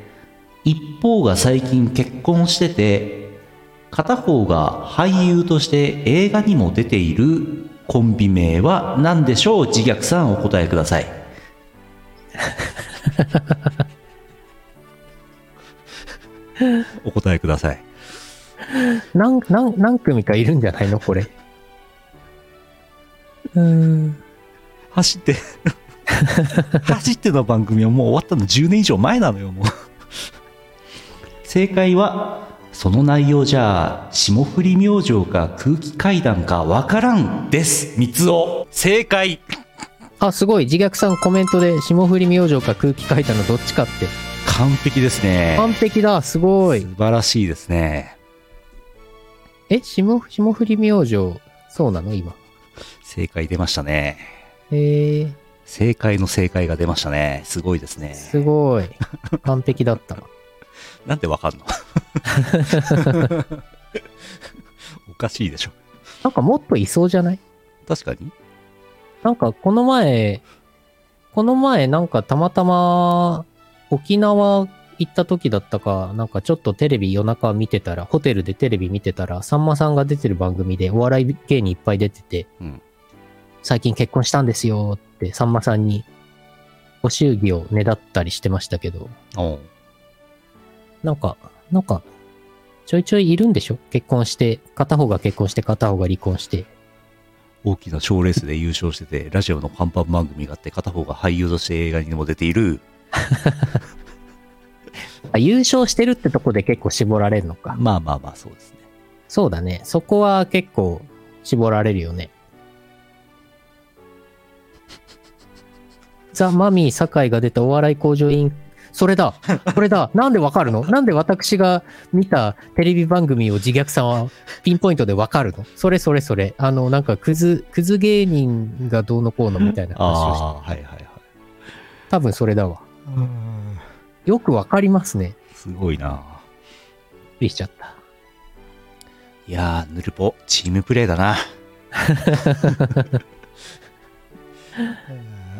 [SPEAKER 1] 一方が最近結婚してて片方が俳優として映画にも出ているコンビ名は何でしょう自虐さんお答えくださいお答えください
[SPEAKER 2] なん、なん、何組かいるんじゃないのこれ。うん。
[SPEAKER 1] 走って [laughs] 走っての番組はもう終わったの10年以上前なのよもう正解はその内容じゃあ霜降り明星か空気階段かわからんです三つお正解
[SPEAKER 2] あ、すごい。自虐さんコメントで、霜降り明星か空気階段のどっちかって。
[SPEAKER 1] 完璧ですね
[SPEAKER 2] 完璧だ。すごい
[SPEAKER 1] 素。晴らしいですね
[SPEAKER 2] え、霜、霜降り明星、そうなの今。
[SPEAKER 1] 正解出ましたね
[SPEAKER 2] へえ
[SPEAKER 1] 正解の正解が出ましたねすごいですね
[SPEAKER 2] ー、すごい。完璧だった。
[SPEAKER 1] なんでわかん [laughs] のおかしいでしょ
[SPEAKER 2] [laughs] なんかもっといそうじゃない
[SPEAKER 1] 確かに
[SPEAKER 2] なんかこの前、この前なんかたまたま沖縄行った時だったか、なんかちょっとテレビ夜中見てたら、ホテルでテレビ見てたら、さんまさんが出てる番組でお笑い芸人いっぱい出てて、
[SPEAKER 1] うん
[SPEAKER 2] 最近結婚したんですよってさんまさんにご祝儀をねだったりしてましたけど、
[SPEAKER 1] おう
[SPEAKER 2] なんか、なんか、ちょいちょいいるんでしょ結婚して、片方が結婚して片方が離婚して。
[SPEAKER 1] 大きな賞レースで優勝してて、ラジオの看板番組があって、片方が俳優として映画にも出ている。
[SPEAKER 2] あ優勝してるってとこで結構絞られるのか。
[SPEAKER 1] まあまあまあ、そうですね。
[SPEAKER 2] そうだね。そこは結構絞られるよね。ザ・マミー・酒井が出たお笑い工場委員それだ。これだ。なんでわかるのなんで私が見たテレビ番組を自虐さんはピンポイントでわかるのそれそれそれ。あの、なんか、クズ、クズ芸人がどうのこうのみたいな話をして。
[SPEAKER 1] ああー、はいはいはい。
[SPEAKER 2] 多分それだわ。よくわかりますね。
[SPEAKER 1] すごいな。
[SPEAKER 2] びっくりしちゃった。
[SPEAKER 1] いやー、ぬるぽ、チームプレーだな。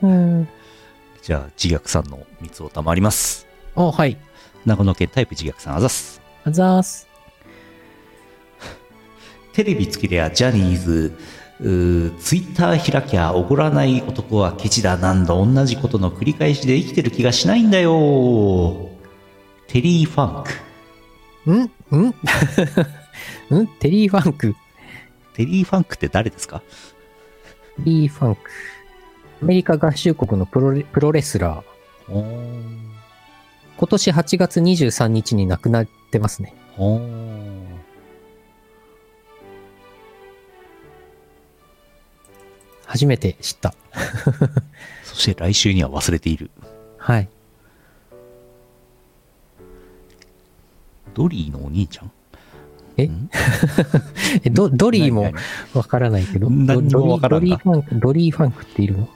[SPEAKER 2] うん。
[SPEAKER 1] じゃあ、自虐さんの三つを賜ります。
[SPEAKER 2] お、はい。
[SPEAKER 1] 長野県タイプ自虐さん、あざっす。
[SPEAKER 2] あざーす。
[SPEAKER 1] テレビつけりゃジャニーズうーツイッター開きゃおごらない男はケチだなんだ同じことの繰り返しで生きてる気がしないんだよテリー・ファンク
[SPEAKER 2] んん [laughs] んテリーファンク。
[SPEAKER 1] テリー・ファンクって誰ですか
[SPEAKER 2] テリーファンク。アメリカ合衆国のプロレプロレスラー。
[SPEAKER 1] おー
[SPEAKER 2] 今年8月23日に亡くなってますね。
[SPEAKER 1] おー
[SPEAKER 2] 初めて知った。
[SPEAKER 1] そして来週には忘れている
[SPEAKER 2] はい。
[SPEAKER 1] ドリーのお兄ちゃん
[SPEAKER 2] え、ドドリーも
[SPEAKER 1] 何
[SPEAKER 2] わからないけど、ド
[SPEAKER 1] 何にもわから
[SPEAKER 2] ド
[SPEAKER 1] ん
[SPEAKER 2] リ
[SPEAKER 1] な
[SPEAKER 2] ーファンク、ドリーファンクっているの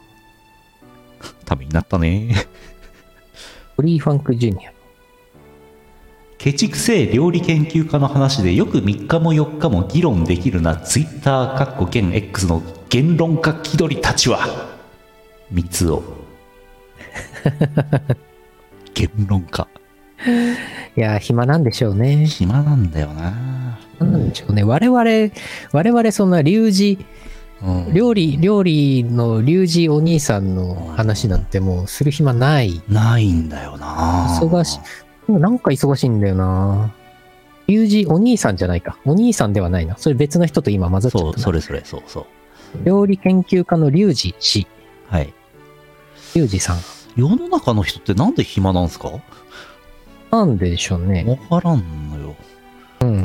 [SPEAKER 1] ためになったね [laughs]
[SPEAKER 2] ドリーファンクジュニア。
[SPEAKER 1] ケチくせえ料理研究家の話でよく3日も4日も議論できるなツイッターかっこ現 X の言論家気取りたちは三つ
[SPEAKER 2] [laughs]
[SPEAKER 1] を言論家
[SPEAKER 2] いやー、暇なんでしょうね。
[SPEAKER 1] 暇なんだよな
[SPEAKER 2] 暇なんでしょうね。我々、我々そんなリュウジ、
[SPEAKER 1] うん
[SPEAKER 2] 料理、料理のリュウジお兄さんの話なんてもうする暇ない。
[SPEAKER 1] ないんだよな
[SPEAKER 2] 忙しい。なんか忙しいんだよなリュウジお兄さんじゃないか。お兄さんではないな。それ別の人と今混ざっちゃった
[SPEAKER 1] そ
[SPEAKER 2] な。
[SPEAKER 1] うそれそれそうそう
[SPEAKER 2] 料理研究家のリュウジ氏、
[SPEAKER 1] はい
[SPEAKER 2] リュウジさん。
[SPEAKER 1] 世の中の人ってなんで暇なんすかわ
[SPEAKER 2] なんででしょうね。
[SPEAKER 1] からんのよ
[SPEAKER 2] うん。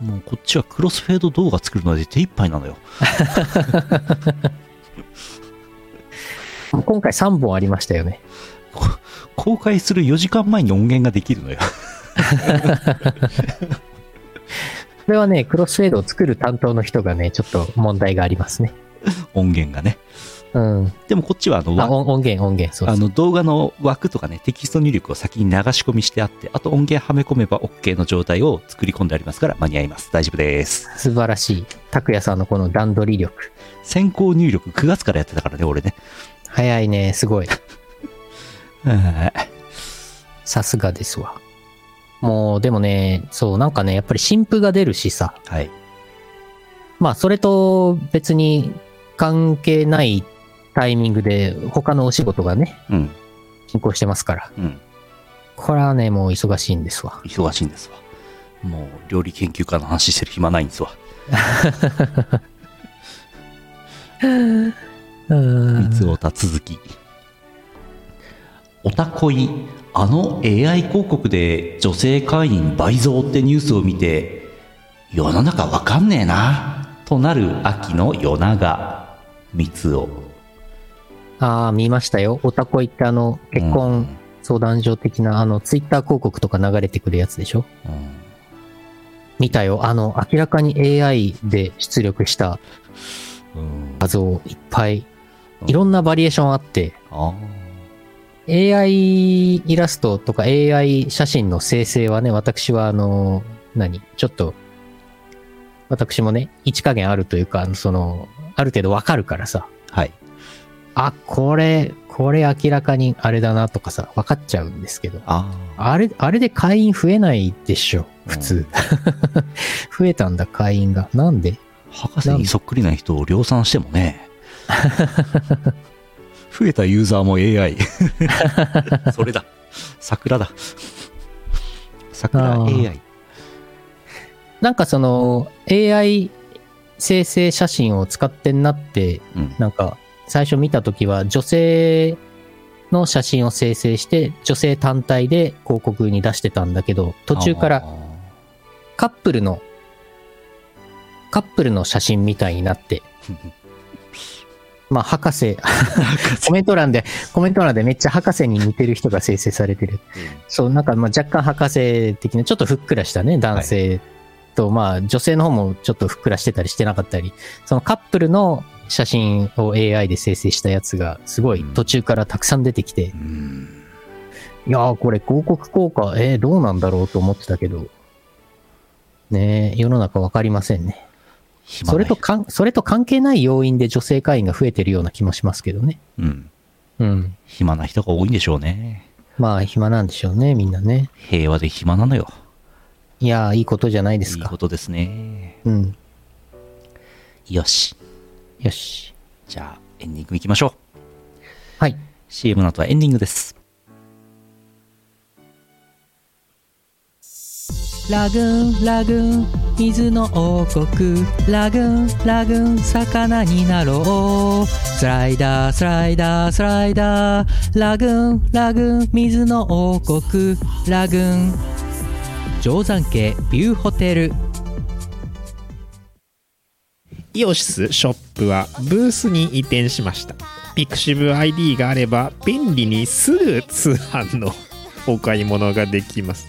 [SPEAKER 1] もうこっちはクロスフェード動画作るので手一杯なのよ
[SPEAKER 2] 今回3本ありましたよね。
[SPEAKER 1] 公開する4時間前に音源ができるのよ [laughs]
[SPEAKER 2] これはね、クロスフェードを作る担当の人がね、ちょっと問題がありますね。
[SPEAKER 1] 音源がね
[SPEAKER 2] うん。
[SPEAKER 1] でもこっちはあの
[SPEAKER 2] あ、
[SPEAKER 1] わ
[SPEAKER 2] 音音源、音源。そう
[SPEAKER 1] あ
[SPEAKER 2] そう。
[SPEAKER 1] の動画の枠とかねテキスト入力を先に流し込みしてあってあと音源はめ込めば OK の状態を作り込んでありますから間に合います大丈夫です
[SPEAKER 2] 素晴らしい。拓也さんのこの段取り力。
[SPEAKER 1] 先行入力9月からやってたからね俺ね
[SPEAKER 2] 早いね、すごい。
[SPEAKER 1] はい
[SPEAKER 2] さすがですわ。もう、でもね、そう、なんかね、やっぱり新譜が出るしさ。
[SPEAKER 1] はい
[SPEAKER 2] まあ、それと別に関係ないタイミングで他のお仕事がね、
[SPEAKER 1] うん
[SPEAKER 2] 進行してますから。
[SPEAKER 1] うん
[SPEAKER 2] これはね、もう忙しいんですわ。
[SPEAKER 1] 忙しいんですわもう料理研究家の話してる暇ないんですわ
[SPEAKER 2] うん
[SPEAKER 1] 三つおた続きおたこいあの AI 広告で女性会員倍増ってニュースを見て世の中わかんねえなとなる秋の夜長三つお
[SPEAKER 2] ああ、見ましたよ。おたこいってあの、結婚相談所的な、あの、ツイッター広告とか流れてくるやつでしょ
[SPEAKER 1] うん、
[SPEAKER 2] 見たよ。あの、明らかに AI で出力した
[SPEAKER 1] うん
[SPEAKER 2] 画像いっぱい、
[SPEAKER 1] うん
[SPEAKER 2] いろんなバリエーションあって、
[SPEAKER 1] あ
[SPEAKER 2] AI イラストとか AI 写真の生成はね、私はあの、何ちょっと、私もね、位置加減あるというか、あのその、ある程度わかるからさ、
[SPEAKER 1] ーはい
[SPEAKER 2] あ、これ、これ明らかにあれだなとかさ、わかっちゃうんですけど、
[SPEAKER 1] あ
[SPEAKER 2] あれ、あれで会員増えないでしょ、普通。 [laughs] 増えたんだ、会員が。なんで
[SPEAKER 1] ー博士にそっくりな人を量産しても [laughs] ね増えたユーザーも AI [laughs] それだ桜だ桜
[SPEAKER 2] あー
[SPEAKER 1] AI
[SPEAKER 2] なんかその、AI 生成写真を使ってんなって
[SPEAKER 1] うん
[SPEAKER 2] なんか、最初見たときは、女性の写真を生成して、女性単体で広告に出してたんだけど、途中か
[SPEAKER 1] あ
[SPEAKER 2] らカップルの、 [laughs] カップルの写真みたいになって、まあ、博士、コメント欄で、コメント欄でめっちゃ博士に似てる人が生成されてる。そう、なんかまあ若干博士的な、ちょっとふっくらしたね、男性と、まあ女性の方もちょっとふっくらしてたりしてなかったり、そのカップルの写真を AI で生成したやつが、すごい途中からたくさん出てきて、
[SPEAKER 1] うん
[SPEAKER 2] いやーこれ広告効果、えーどうなんだろうと思ってたけど、ねえ世の中わかりませんね。
[SPEAKER 1] 暇
[SPEAKER 2] それ
[SPEAKER 1] ない
[SPEAKER 2] とかん、それと関係ない要因で女性会員が増えてるような気もしますけどね。
[SPEAKER 1] うん
[SPEAKER 2] うん。
[SPEAKER 1] 暇な人が多いんでしょうね
[SPEAKER 2] まあ、暇なんでしょうね、みんなね。
[SPEAKER 1] 平和で暇なのよ
[SPEAKER 2] いやーいいことじゃないです
[SPEAKER 1] いい
[SPEAKER 2] か。
[SPEAKER 1] ことですね
[SPEAKER 2] うん。
[SPEAKER 1] よし
[SPEAKER 2] よし。
[SPEAKER 1] じゃあエンディングいきましょう
[SPEAKER 2] はい。
[SPEAKER 1] CM の後はエンディングです
[SPEAKER 3] ラグーンラグーン水の王国ラグーンラグーン魚になろうスライダースライダースライダーラグーンラグーン水の王国ラグーン定山渓ビューホテル
[SPEAKER 5] イオシスショップはブースに移転しました。ピクシブ ID があれば便利にすぐ通販のお買い物ができます。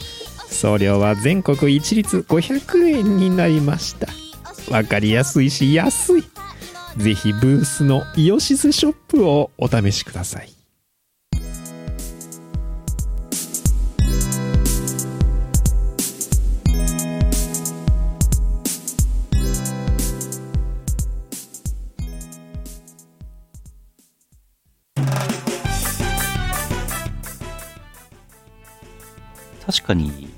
[SPEAKER 5] 送料は全国一律500円になりました。わかりやすいし安い。ぜひブースのイオシスショップをお試しください。
[SPEAKER 1] 確かに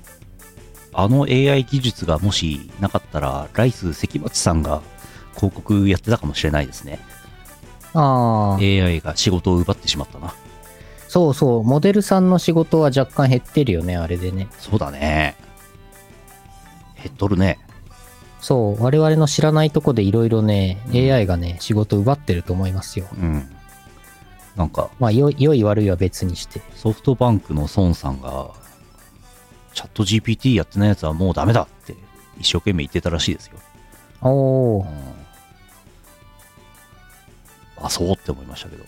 [SPEAKER 1] あの AI 技術がもしなかったらライス関町さんが広告やってたかもしれないですね
[SPEAKER 2] ああ、
[SPEAKER 1] AI が仕事を奪ってしまったな
[SPEAKER 2] そうそう。モデルさんの仕事は若干減ってるよね、あれでね。
[SPEAKER 1] そうだね減っとるね
[SPEAKER 2] そう。我々の知らないとこでいろいろね、AI がね、仕事奪ってると思いますよ。
[SPEAKER 1] うんなんか
[SPEAKER 2] まあ、よ良い悪いは別にして。
[SPEAKER 1] ソフトバンクの孫さんがチャット GPT やってないやつはもうダメだって一生懸命言ってたらしいですよ、
[SPEAKER 2] お
[SPEAKER 1] う
[SPEAKER 2] ー、
[SPEAKER 1] んあそうって思いましたけ
[SPEAKER 2] [laughs]
[SPEAKER 1] ど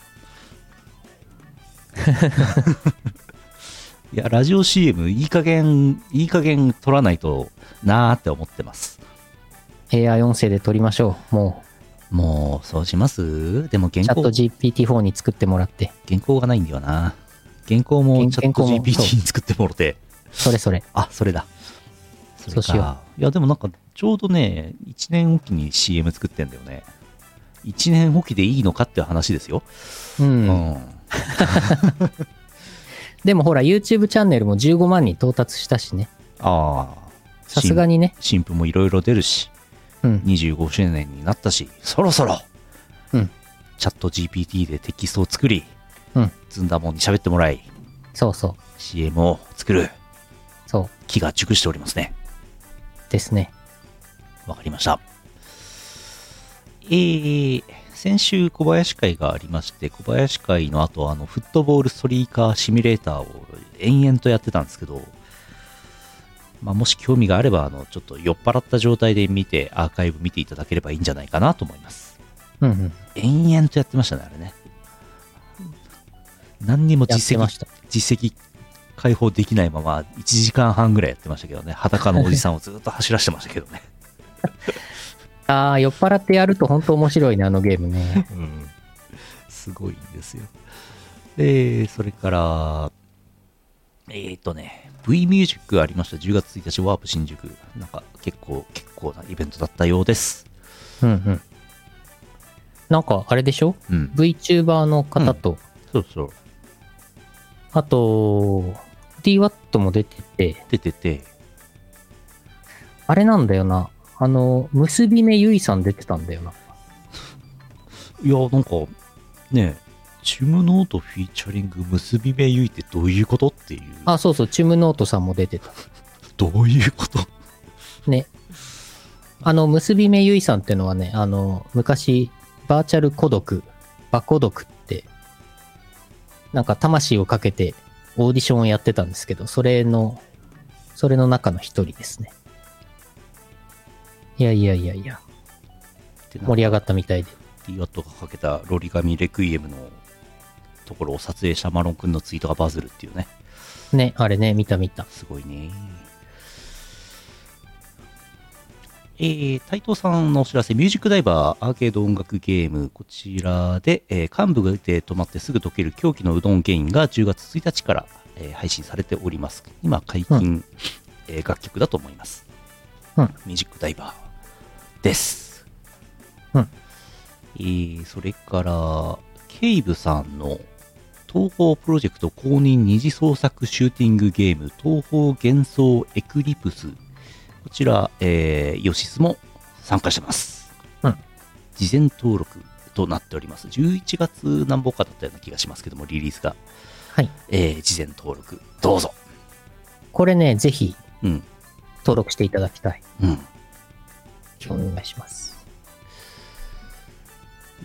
[SPEAKER 1] いやラジオ CM いい加減いい加減取らないとなーって思ってます
[SPEAKER 2] AI 音声で撮りましょう。も
[SPEAKER 1] もうそうしますでも
[SPEAKER 2] う、
[SPEAKER 1] 原
[SPEAKER 2] チャッ
[SPEAKER 1] 稿
[SPEAKER 2] ト GPT4 に作ってもらって。
[SPEAKER 1] 原稿がないんだよな原稿もチャッ
[SPEAKER 2] 原
[SPEAKER 1] ト
[SPEAKER 2] 稿も
[SPEAKER 1] GPT に作ってもろて
[SPEAKER 2] それそれ。
[SPEAKER 1] あそれだそれか
[SPEAKER 2] そうしよ
[SPEAKER 1] いやでもなんかちょうどね1年おきに CM 作ってんだよね1年おきでいいのかっていう話ですよ
[SPEAKER 2] うん。
[SPEAKER 1] うん
[SPEAKER 2] でもほら、YouTube チャンネルも15万人到達したしね。
[SPEAKER 1] ああ
[SPEAKER 2] さすがにね。
[SPEAKER 1] 新聞もいろいろ出るし
[SPEAKER 2] うん。
[SPEAKER 1] 25周年になったしそろそろ、
[SPEAKER 2] うん
[SPEAKER 1] チャット GPT でテキストを作り、
[SPEAKER 2] うん
[SPEAKER 1] ずんだもんに喋ってもらい
[SPEAKER 2] そうそう。
[SPEAKER 1] CM を作る
[SPEAKER 2] そう。
[SPEAKER 1] 気が熟しておりますね
[SPEAKER 2] ですね。
[SPEAKER 1] わかりました。えー、先週小林会がありまして、小林会の後、あの、フットボールストリーカーシミュレーターを延々とやってたんですけど、まあ、もし興味があれば、あの、ちょっと酔っ払った状態で見て、アーカイブ見ていただければいいんじゃないかなと思います。
[SPEAKER 2] うんうん。
[SPEAKER 1] 延々とやってましたね、あれね。何にも
[SPEAKER 2] やって
[SPEAKER 1] 実
[SPEAKER 2] ま
[SPEAKER 1] 績、
[SPEAKER 2] した。
[SPEAKER 1] 実績解放できないまま、1時間半ぐらいやってましたけどね、裸のおじさんをずっと走らせてましたけどね。
[SPEAKER 2] ああ、酔っ払ってやると本当面白いね、あのゲー
[SPEAKER 1] [laughs]
[SPEAKER 2] ムね。
[SPEAKER 1] うんすごいんですよ。で、それから、えーっ、とね、V ミュージックありました。10月1日、ワープ新宿。なんか結構、結構なイベントだったようです。
[SPEAKER 2] うんうん。なんか、あれでしょ
[SPEAKER 1] うん。
[SPEAKER 2] ?VTuber の方と、
[SPEAKER 1] そうそう。
[SPEAKER 2] あと、DWAT も出てて、
[SPEAKER 1] 出てて、
[SPEAKER 2] あれなんだよな。あの、結び目ゆいさん出てたんだよな。
[SPEAKER 1] いや、なんか、ねえ、チュムノートフィーチャリング結び目ゆいってどういうことっていう。
[SPEAKER 2] あ、そうそう、チュムノートさんも出てた。
[SPEAKER 1] どういうこと
[SPEAKER 2] ね。あの、結び目ゆいさんっていうのはね、あの、昔、バーチャル孤独、バ孤独って、なんか魂をかけてオーディションをやってたんですけど、それの、それの中の一人ですね。いやいやいやいや、
[SPEAKER 1] ってな
[SPEAKER 2] 盛り上がったみたいで。
[SPEAKER 1] リアットがかけたロリガミレクイエムのところを撮影したマロン君のツイートがバズるっていうね。
[SPEAKER 2] ね、あれね、見た見た。
[SPEAKER 1] すごいね。えー、斉藤さんのお知らせ、ミュージックダイバーアーケード音楽ゲーム、こちらで、えー幹部が出て止まってすぐ溶ける狂気のうどんゲインが10月1日から、えー配信されております。今、解禁、
[SPEAKER 2] う
[SPEAKER 1] えー楽曲だと思います。
[SPEAKER 2] うん
[SPEAKER 1] ミュージックダイバーです。
[SPEAKER 2] うん
[SPEAKER 1] えーそれから、ケイブさんの東方プロジェクト公認二次創作シューティングゲーム東方幻想エクリプスこちら、えー、ヨシスも参加してます、
[SPEAKER 2] うん
[SPEAKER 1] 事前登録となっております11月何本かだったような気がしますけどもリリースが、
[SPEAKER 2] はい。
[SPEAKER 1] えー事前登録どうぞ
[SPEAKER 2] これね、ぜひ
[SPEAKER 1] うん
[SPEAKER 2] 登録していただきたい。
[SPEAKER 1] うん
[SPEAKER 2] お願いします。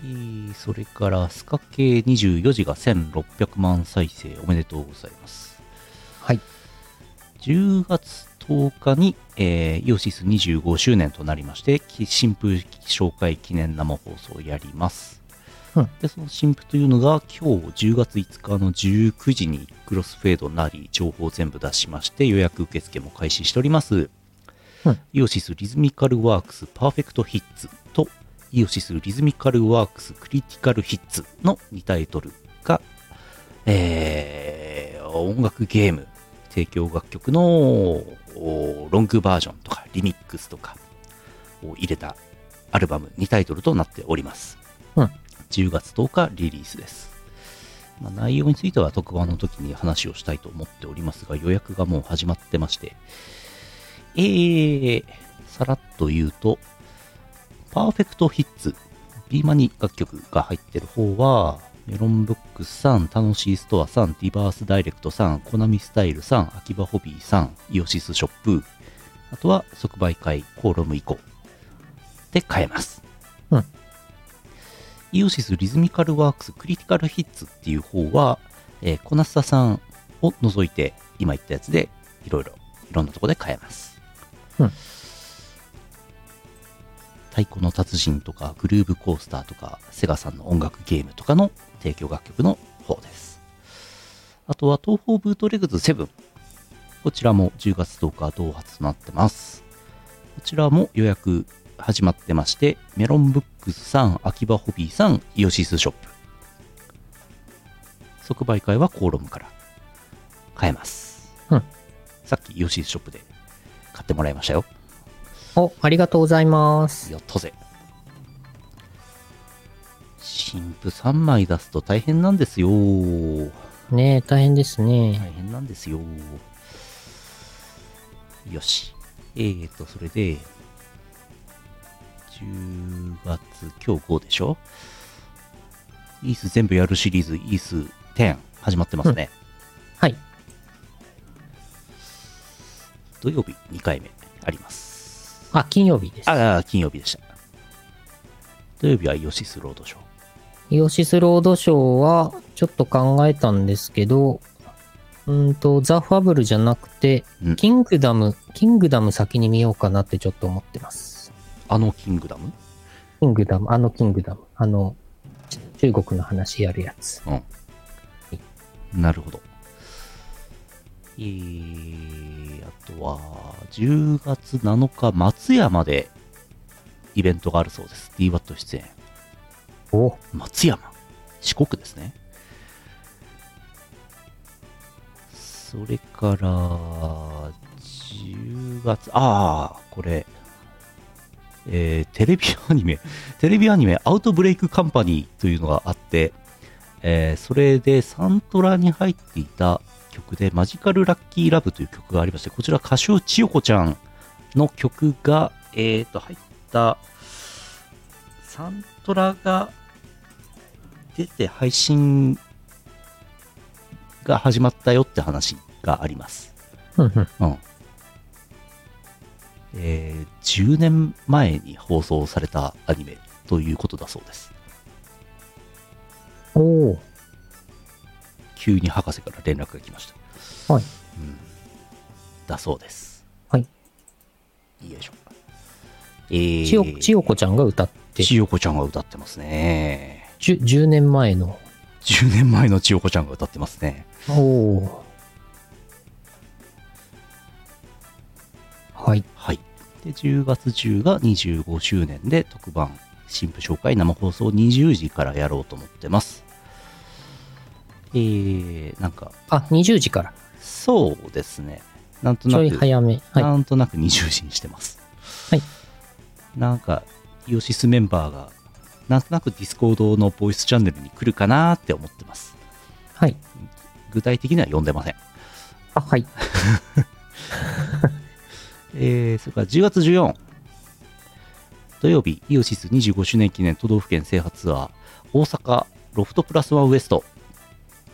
[SPEAKER 1] えーそれから、スカ系24時が1600万再生おめでとうございます。
[SPEAKER 2] はい。
[SPEAKER 1] 10月10日に、えーイオシス25周年となりまして、き新婦紹介記念生放送をやります。
[SPEAKER 2] うん
[SPEAKER 1] で、その新婦というのが、今日10月5日の19時にクロスフェードなり、情報を全部出しまして、予約受付も開始しております。
[SPEAKER 2] うん
[SPEAKER 1] イオシスリズミカルワークスパーフェクトヒッツとイオシスリズミカルワークスクリティカルヒッツの2タイトルが、えー音楽ゲーム提供楽曲のおロングバージョンとかリミックスとかを入れたアルバム2タイトルとなっております、
[SPEAKER 2] うん
[SPEAKER 1] 10月10日リリースです、まあ、内容については特番の時に話をしたいと思っておりますが予約がもう始まってましてえー、さらっと言うとパーフェクトヒッツ、ビーマニ楽曲が入ってる方は、メロンブックスさん、楽しいストアさん、リバースダイレクトさん、コナミスタイルさん、秋葉ホビーさん、イオシスショップ、あとは即売会、コーロム以降で買えます。
[SPEAKER 2] うん
[SPEAKER 1] イオシスリズミカルワークスクリティカルヒッツっていう方は、えーコナスタさんを除いて、今言ったやつでいろいろ、いろんなとこで買えます。太鼓の達人とかグルーブコースターとかセガさんの音楽ゲームとかの提供楽曲の方ですあとは東方ブートレグズ7こちらも10月10日同発となってますこちらも予約始まってましてメロンブックスさん秋葉ホビーさんイオシスショップ即売会はコーロムから買えます、
[SPEAKER 2] うん
[SPEAKER 1] さっきイオシスショップで買ってもらいましたよ
[SPEAKER 2] お、ありがとうございます。
[SPEAKER 1] やったぜ新婦3枚出すと大変なんですよ
[SPEAKER 2] ねえ、大変ですね。
[SPEAKER 1] 大変なんですよよしえーとそれで10月今日5でしょイース全部やるシリーズイース10始まってますね、
[SPEAKER 2] はい。
[SPEAKER 1] 土曜日2回目あります
[SPEAKER 2] あ、金曜日です。
[SPEAKER 1] ああ金曜日でした土曜日はイオシスロードショー
[SPEAKER 2] イオシスロードショーは、ちょっと考えたんですけど、うーんと、ザ・ファブルじゃなくて
[SPEAKER 1] うん、
[SPEAKER 2] キングダム、キングダム先に見ようかなってちょっと思ってます。
[SPEAKER 1] あのキングダム
[SPEAKER 2] キングダム、あのキングダム、あの、ち中国の話やるやつ。
[SPEAKER 1] なるほど。えー、あとは、10月7日、松山でイベントがあるそうです。DWAT 出演。
[SPEAKER 2] お、
[SPEAKER 1] 松山四国ですね。それから、10月、ああ、これ、えーテレビアニメ、テレビアニメ、アウトブレイクカンパニーというのがあって、えーそれでサントラに入っていた曲で、マジカルラッキーラブという曲がありまして、こちら歌手千代子ちゃんの曲が、えー、と、入った、サントラが出て配信が始まったよって話があります。
[SPEAKER 2] うんうん。
[SPEAKER 1] うん。えー10年前に放送されたアニメということだそうです。
[SPEAKER 2] おー
[SPEAKER 1] 急に博士から連絡が来ました。
[SPEAKER 2] はい
[SPEAKER 1] うん、だそうです。
[SPEAKER 2] はい。
[SPEAKER 1] よいしょ。えー
[SPEAKER 2] 千代千代子ちゃんが歌って
[SPEAKER 1] 千代子ちゃんが歌ってますね。
[SPEAKER 2] じゅ 10, 年前の
[SPEAKER 1] 10年前の千代子ちゃんが歌ってますね。
[SPEAKER 2] おおはい
[SPEAKER 1] はい。で、10月10が25周年で特番、新婦紹介生放送20時からやろうと思ってます。えー、なんか、
[SPEAKER 2] あ20時から
[SPEAKER 1] そうですね。なんと
[SPEAKER 2] ち
[SPEAKER 1] な
[SPEAKER 2] ょい
[SPEAKER 1] く、
[SPEAKER 2] 早めは
[SPEAKER 1] なんとなく20時にしてます。
[SPEAKER 2] はい。
[SPEAKER 1] なんか、イオシスメンバーが、なんとなくディスコードのボイスチャンネルに来るかなーって思ってます。
[SPEAKER 2] いはい
[SPEAKER 1] 具体的には呼んでません。
[SPEAKER 2] あはい
[SPEAKER 1] えー、それから10月14土曜日イオシス25周年記念都道府県制覇ツアー大阪ロフトプラスワンウエスト、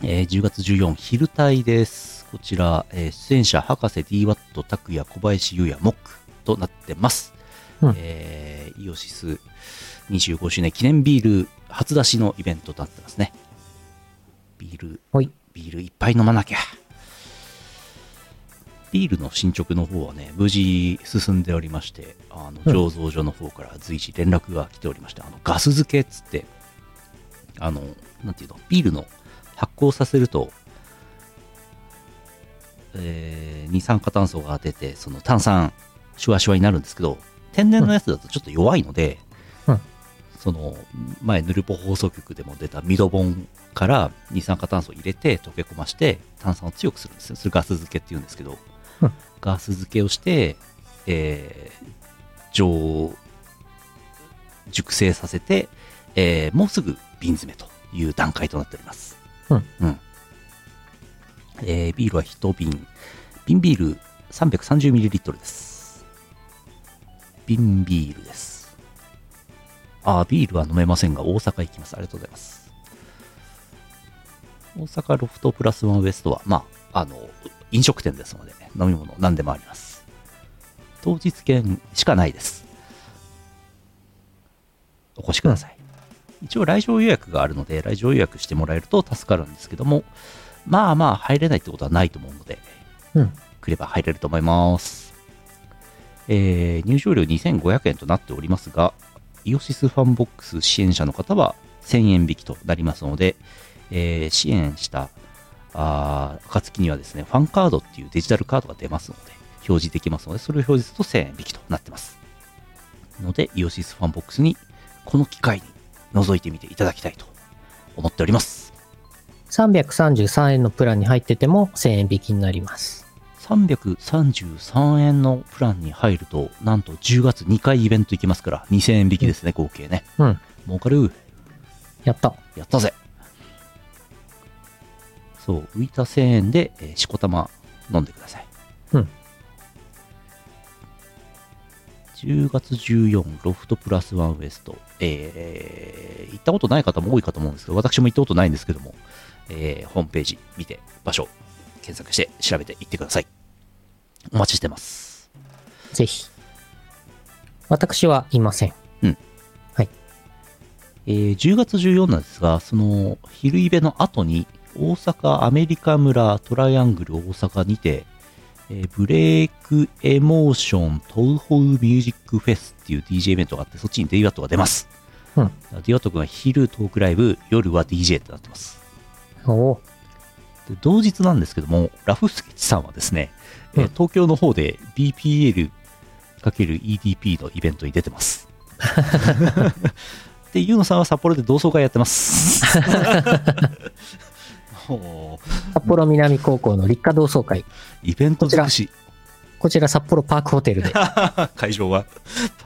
[SPEAKER 1] えー10月14昼帯ですこちら、えー出演者博士 DWAT 拓也小林優也モックとなってます、
[SPEAKER 2] うん
[SPEAKER 1] えーイオシス25周年記念ビール初出しのイベントとなってますねビール
[SPEAKER 2] はい
[SPEAKER 1] ビールいっぱい飲まなきゃ。ビールの進捗の方はね、無事進んでおりまして、あの
[SPEAKER 2] うん
[SPEAKER 1] 醸造所の方から随時連絡が来ておりまして、あのガス漬けっつって、あの、なんていうの、ビールの発酵させると、えー二酸化炭素が出て、その炭酸、シュワシュワになるんですけど、天然のやつだとちょっと弱いので、
[SPEAKER 2] うん
[SPEAKER 1] その前ヌルポ放送局でも出たミドボンから二酸化炭素を入れて溶け込まして炭酸を強くするんですよそれガス漬けっていうんですけど、
[SPEAKER 2] うん
[SPEAKER 1] ガス漬けをして、えー蒸熟成させて、えーもうすぐ瓶詰めという段階となっております、
[SPEAKER 2] うん
[SPEAKER 1] えービールは1瓶瓶ビール 330ml です瓶ビールですあービールは飲めませんが、大阪行きます。ありがとうございます。大阪ロフトプラスワンウエストは、まあ、あの、飲食店ですので、飲み物何でもあります。当日券しかないです。お越しください。一応来場予約があるので、来場予約してもらえると助かるんですけども、まあまあ入れないってことはないと思うので、
[SPEAKER 2] うん
[SPEAKER 1] 来れば入れると思います。えー入場料2500円となっておりますが、イオシスファンボックス支援者の方は1000円引きとなりますので、えー支援したあー暁にはですね、ファンカードっていうデジタルカードが出ますので、表示できますので、それを表示すると1000円引きとなってます。ので、イオシスファンボックスにこの機会に覗いてみていただきたいと思っております。
[SPEAKER 2] 333円のプランに入ってても1000円引きになります
[SPEAKER 1] 333円のプランに入ると、なんと10月2回イベント行きますから、2000円引きですね、合計ね。
[SPEAKER 2] うん
[SPEAKER 1] 儲かる
[SPEAKER 2] やった
[SPEAKER 1] やったぜそう浮いた1000円で、えーしこたま飲んでください
[SPEAKER 2] うん
[SPEAKER 1] 10月14ロフトプラスワンウエストえー行ったことない方も多いかと思うんですけど私も行ったことないんですけども、えーホームページ見て場所検索して調べて行ってくださいお待ちしてます
[SPEAKER 2] ぜひ私はいません
[SPEAKER 1] えー10月14なんですが、その昼イベの後に、大阪アメリカ村トライアングル大阪にて、えーブレイクエモーショントウホウミュージックフェスっていう DJ イベントがあって、そっちにデイワットが出ます。
[SPEAKER 2] うん
[SPEAKER 1] デイワット君は昼トークライブ、夜は DJ ってなってます。
[SPEAKER 2] おお
[SPEAKER 1] で同日なんですけども、ラフスケッチさんはですね、えー
[SPEAKER 2] うん
[SPEAKER 1] 東京の方で BPL×EDP のイベントに出てます。で、ユーノさんは札幌で同窓会やって [laughs] ます。もう
[SPEAKER 2] 札幌南高校の立夏同窓会
[SPEAKER 1] イベント尽くし、
[SPEAKER 2] こちら札幌パークホテル [laughs] で
[SPEAKER 1] 会場は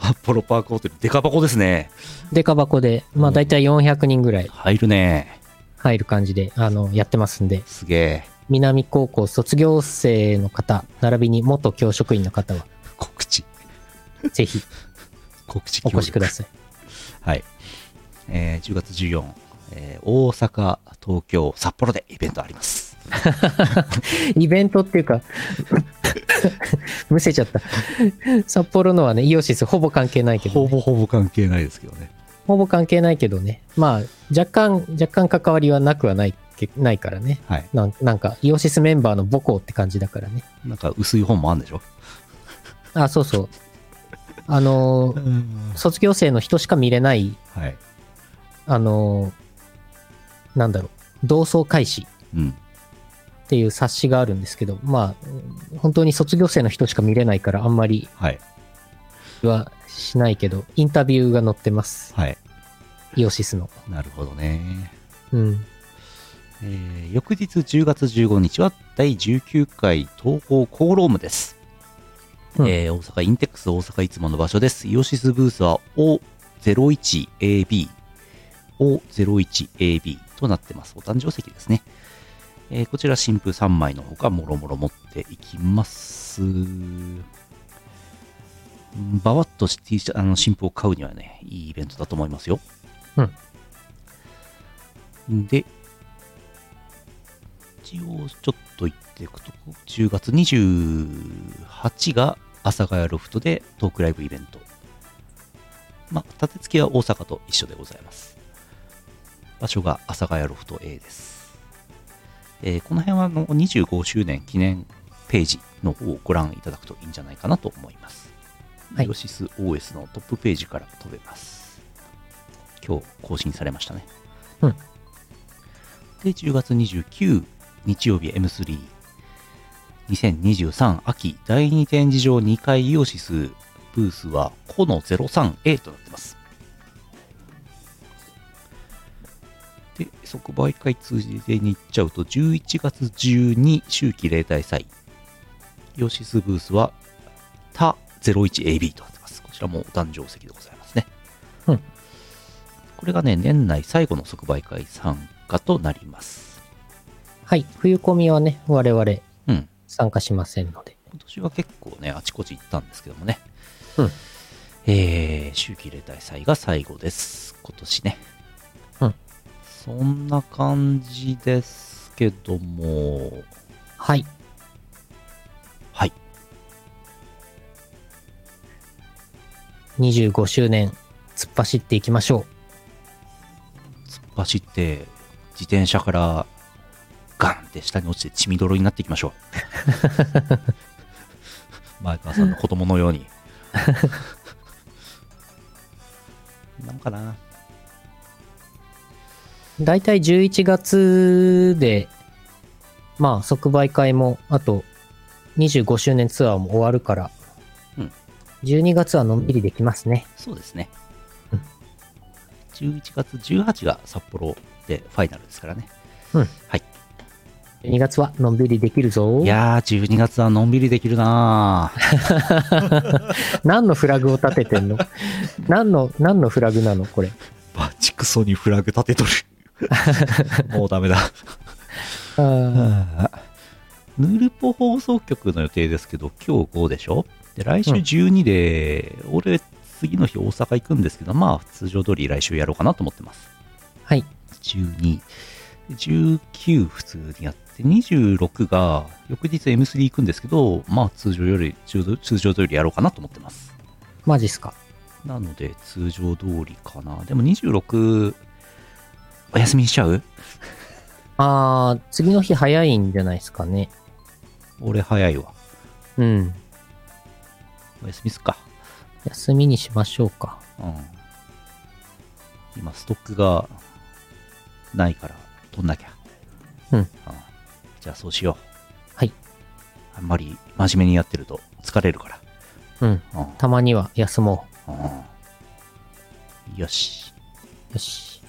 [SPEAKER 1] 札幌パークホテル、デカ箱ですね。
[SPEAKER 2] デカ箱でまあ大体400人ぐらい
[SPEAKER 1] 入るね。
[SPEAKER 2] 入る感じであのやってますんです
[SPEAKER 1] げえ。
[SPEAKER 2] 南高校卒業生の方並びに元教職員の方は
[SPEAKER 1] 告知、
[SPEAKER 2] ぜひ
[SPEAKER 1] 告知
[SPEAKER 2] お
[SPEAKER 1] 協力
[SPEAKER 2] 越しください
[SPEAKER 1] はい。えー10月14、えー大阪、東京、札幌でイベントあります。
[SPEAKER 2] [laughs] イベントっていうか [laughs] むせちゃった札幌のはねイオシスほぼ関係ないけど、
[SPEAKER 1] ほ
[SPEAKER 2] ね、
[SPEAKER 1] ぼほぼ関係ないですけどね。
[SPEAKER 2] ほぼ関係ないけどねまあ若干若干関わりはなくはないけないからね
[SPEAKER 1] はい。
[SPEAKER 2] なんなんかイオシスメンバーの母校って感じだからね
[SPEAKER 1] なんか薄い本もあるんでしょ
[SPEAKER 2] あ、そうそう。あのー、卒業生の人しか見れない、
[SPEAKER 1] はい。
[SPEAKER 2] あのー、なんだろう、同窓開始
[SPEAKER 1] うん。
[SPEAKER 2] っていう冊子があるんですけど、まあ、本当に卒業生の人しか見れないから、あんまり
[SPEAKER 1] はい。
[SPEAKER 2] はしないけど、インタビューが載ってます。
[SPEAKER 1] はい。
[SPEAKER 2] イオシスの。
[SPEAKER 1] なるほどね。
[SPEAKER 2] うん。
[SPEAKER 1] えー翌日10月15日は第19回東宝コーロームです、
[SPEAKER 2] うん
[SPEAKER 1] えー大阪インテックス大阪いつもの場所ですイオシスブースは O01AB O01AB となってますお誕生石ですね、えーこちら新婦3枚のほかもろもろ持っていきますばわっとし T シャあの新婦を買うにはねいいイベントだと思いますようんで一応ちょっと言っていくと10月28が阿佐ヶ谷ロフトでトークライブイベントまあ立て付けは大阪と一緒でございます場所が阿佐ヶ谷ロフト A です、えーこの辺はあの25周年記念ページの方をご覧いただくといいんじゃないかなと思います、
[SPEAKER 2] はい
[SPEAKER 1] イオシス OS のトップページから飛べます今日更新されましたねで、10月29日曜日 M3、2023秋第2展示場2階イオシスブースはコの 03A となってます。で、即売会通じでに行っちゃうと、11月12秋季例大祭、イオシスブースは他 01AB となってます。こちらもお誕生石でございますね。これがね、年内最後の即売会参加となります。
[SPEAKER 2] はい。冬コミはね、我々
[SPEAKER 1] うん。
[SPEAKER 2] 参加しませんので。
[SPEAKER 1] 今年は結構ね、あちこち行ったんですけどもね。
[SPEAKER 2] うん
[SPEAKER 1] えー、秋季例大祭が最後です。今年ね。
[SPEAKER 2] うん。
[SPEAKER 1] そんな感じですけども、
[SPEAKER 2] はい。
[SPEAKER 1] はい。
[SPEAKER 2] 25周年、突っ走っていきましょ
[SPEAKER 1] 突っ走って、自転車からガンって下に落ちて血みどろになっていきましょ
[SPEAKER 2] [laughs]
[SPEAKER 1] う。前川さんの子供のように。なんかな。
[SPEAKER 2] う。だいたい11月で、まあ、即売会も、あと、25周年ツアーも終わるから、
[SPEAKER 1] うん
[SPEAKER 2] 12月はのんびりできますね。
[SPEAKER 1] そうですね
[SPEAKER 2] うん。
[SPEAKER 1] 11月18が札幌でファイナルですからね。
[SPEAKER 2] 12月はのんびりできるぞ
[SPEAKER 1] い。やー、12月はのんびりできるなー
[SPEAKER 2] 何のフラグを立ててんの何の、何のフラグなのこれ。
[SPEAKER 1] [laughs] バチクソにフラグ立て [laughs] とる。もうダメだ。
[SPEAKER 2] あー
[SPEAKER 1] ヌルポ放送局の予定ですけど、今日5でしょで、来週12で、俺、次の日大阪行くんですけど、まあ、通常通り来週やろうかなと思ってます。
[SPEAKER 2] はい。
[SPEAKER 1] 12、19普通にやって、26が翌日 M3 行くんですけど、まあ通常より、通常通常通りやろうかなと思ってます。
[SPEAKER 2] マジっすか。
[SPEAKER 1] なので通常通りかな。でも26、お休みにしちゃう
[SPEAKER 2] ああ、次の日早いんじゃないですかね。
[SPEAKER 1] 俺早いわ。
[SPEAKER 2] うん。
[SPEAKER 1] お休みっすか。
[SPEAKER 2] 休みにしましょうか。
[SPEAKER 1] うん。今ストックがないから取んなきゃ。
[SPEAKER 2] うん
[SPEAKER 1] じゃあそうしよう。
[SPEAKER 2] はい。
[SPEAKER 1] あんまり真面目にやってると疲れるから。
[SPEAKER 2] うん。
[SPEAKER 1] うん
[SPEAKER 2] たまには休も
[SPEAKER 1] うんよし。
[SPEAKER 2] う。よし。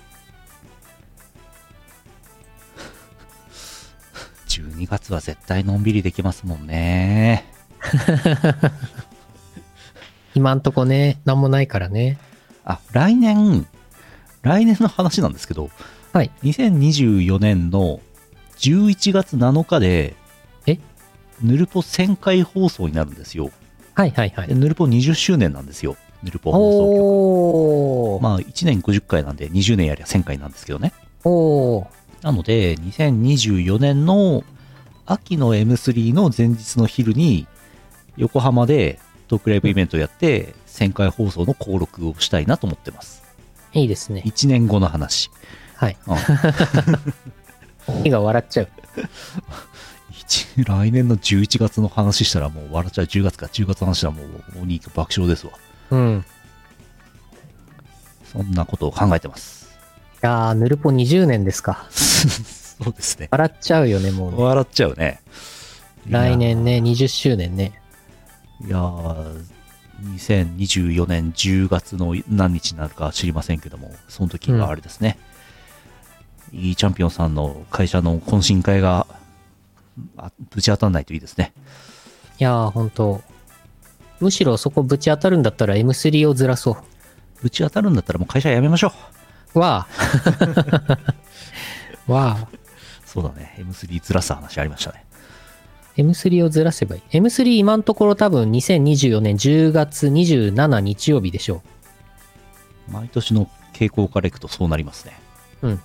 [SPEAKER 1] 12月は絶対のんびりできますもんね。
[SPEAKER 2] 今んとこね、なんもないからね。
[SPEAKER 1] あ、来年、来年の話なんですけど、
[SPEAKER 2] はい。
[SPEAKER 1] 2024年の11月7日で、
[SPEAKER 2] え
[SPEAKER 1] ヌルポ1000回放送になるんですよ。
[SPEAKER 2] はいはいは
[SPEAKER 1] で
[SPEAKER 2] い。
[SPEAKER 1] ヌルポ20周年なんですよ。ヌルポ放送局。
[SPEAKER 2] おー。
[SPEAKER 1] まあ、1年50回なんで、20年やりゃ1000回なんですけどね。
[SPEAKER 2] おー。
[SPEAKER 1] なので、2024年の秋の M3 の前日の昼に、横浜でトークライブイベントをやって、1000回放送の登録をしたいなと思ってます。
[SPEAKER 2] いいですね。
[SPEAKER 1] 1年後の話。
[SPEAKER 2] はい。
[SPEAKER 1] うん
[SPEAKER 2] [laughs] 目が笑っちゃう。
[SPEAKER 1] 一来年の11月の話したらもう笑っちゃう。10月か10月の話したらもう、お兄が爆笑ですわ。
[SPEAKER 2] うん。
[SPEAKER 1] そんなことを考えてます。 [laughs]
[SPEAKER 2] いやー、ヌルポ20年ですか。
[SPEAKER 1] そうですね。
[SPEAKER 2] 笑っちゃうよね、もうね。
[SPEAKER 1] 笑っちゃうね。
[SPEAKER 2] 来年ね、20周年ね。
[SPEAKER 1] いやー、2024年10月の何日になるか知りませんけども、その時はあれですね、いいチャンピオンさんの会社の懇親会があぶち当たんないといいですね。
[SPEAKER 2] いやー、ほんと。むしろそこぶち当たるんだったら M3 をずらそ
[SPEAKER 1] ぶち当たるんだったらもう会社辞めましょう。
[SPEAKER 2] う。わあ。わあ。
[SPEAKER 1] そうだね、M3 ずらす話ありましたね。
[SPEAKER 2] M3 をずらせばいい。M3 今のところ多分2024年10月27日曜日でしょ
[SPEAKER 1] 毎年の傾向からいくとそうなりますね。
[SPEAKER 2] う。うん。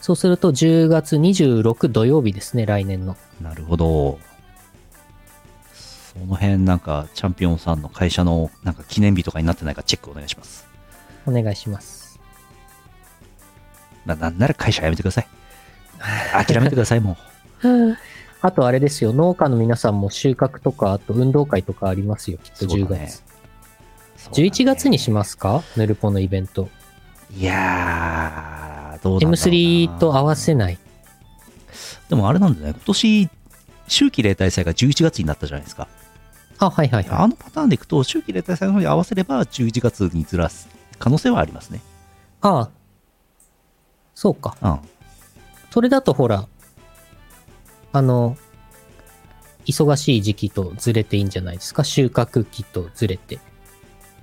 [SPEAKER 2] そうすると10月26土曜日ですね、来年の。
[SPEAKER 1] なるほど。その辺なんかチャンピオンさんの会社のなんか記念日とかになってないかチェックお願いします。
[SPEAKER 2] お願いします。
[SPEAKER 1] ななんなら会社辞めてください。 [laughs] 諦めてください、もう。
[SPEAKER 2] あとあれですよ、農家の皆さんも収穫とか、あと運動会とかありますよ、きっと
[SPEAKER 1] そう
[SPEAKER 2] 10
[SPEAKER 1] だね
[SPEAKER 2] 月。11月にしますかヌルポのイベント。
[SPEAKER 1] いやー、どうなんだろうな
[SPEAKER 2] M3 と合わせない。
[SPEAKER 1] でもあれなんだよね、今年、秋季例大祭が11月になったじゃないですか。
[SPEAKER 2] あ、はいはいはい。
[SPEAKER 1] あのパターンでいくと、秋季例大祭の方に合わせれば、11月にずらす可能性はありますね。
[SPEAKER 2] ああ。そうか。
[SPEAKER 1] うん。
[SPEAKER 2] それだとほら、あの、忙しい時期とずれていいんじゃないですか収穫期とずれて。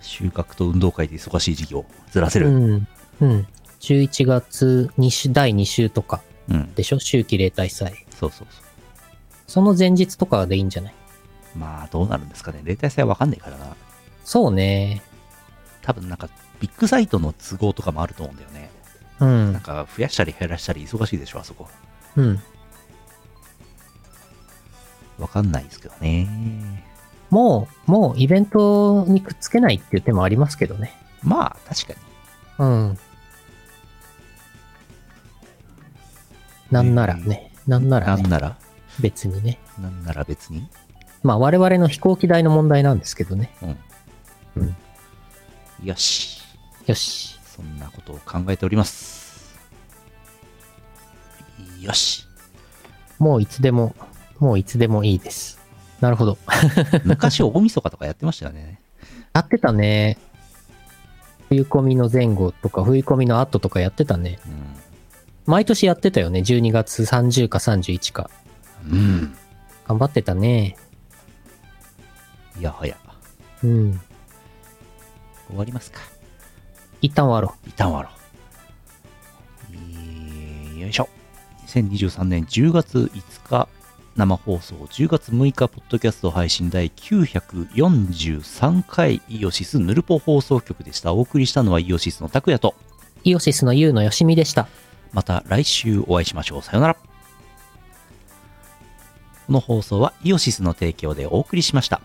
[SPEAKER 1] 収穫と運動会で忙しい時期をずらせ
[SPEAKER 2] う
[SPEAKER 1] る。
[SPEAKER 2] ん。うん。11月2週、第2週とか
[SPEAKER 1] うん、
[SPEAKER 2] でしょ秋季例大祭。
[SPEAKER 1] そうそうそ。
[SPEAKER 2] その前日とかでいいんじゃないう
[SPEAKER 1] まあ、どうなるんですかね。例大祭はわかんないからな。
[SPEAKER 2] そうね。
[SPEAKER 1] 多分なんか、ビッグサイトの都合とかもあると思うんだよね。
[SPEAKER 2] う
[SPEAKER 1] なん
[SPEAKER 2] ん。
[SPEAKER 1] か、増やしたり減らしたり忙しいでしょ、あそこ。
[SPEAKER 2] うん。
[SPEAKER 1] わかんないですけどね。
[SPEAKER 2] もう、もうイベントにくっつけないっていう手もありますけどね。
[SPEAKER 1] まあ、確かに。
[SPEAKER 2] うん。なんならね。なんなら
[SPEAKER 1] なん
[SPEAKER 2] ね。
[SPEAKER 1] なら、
[SPEAKER 2] 別にね。
[SPEAKER 1] なんなら別に。
[SPEAKER 2] まあ我々の飛行機代の問題なんですけどね。
[SPEAKER 1] よし。
[SPEAKER 2] よし。
[SPEAKER 1] そんなことを考えております。よし。
[SPEAKER 2] もういつでも、もういつでもいいです。なるほど。
[SPEAKER 1] 昔、大晦日とかやってましたよね。
[SPEAKER 2] やってたね。冬込みの前後とか、冬込みの後とかやってたね。
[SPEAKER 1] う
[SPEAKER 2] 毎年やってたよね。12月30か31か。
[SPEAKER 1] ん。
[SPEAKER 2] 頑張ってたね。
[SPEAKER 1] いやはや。
[SPEAKER 2] うん。
[SPEAKER 1] 終わりますか。
[SPEAKER 2] 一旦終わろ
[SPEAKER 1] 一旦終わろう。えーよいしょ。2023年10月5日生放送、10月6日ポッドキャスト配信第943回イオシスヌルポ放送局でした。お送りしたのはイオシスの拓也と、
[SPEAKER 2] う。イオシスのユウのよしみでした。
[SPEAKER 1] また来週お会いしましょう。さよなら。この放送はイオシスの提供でお送りしました。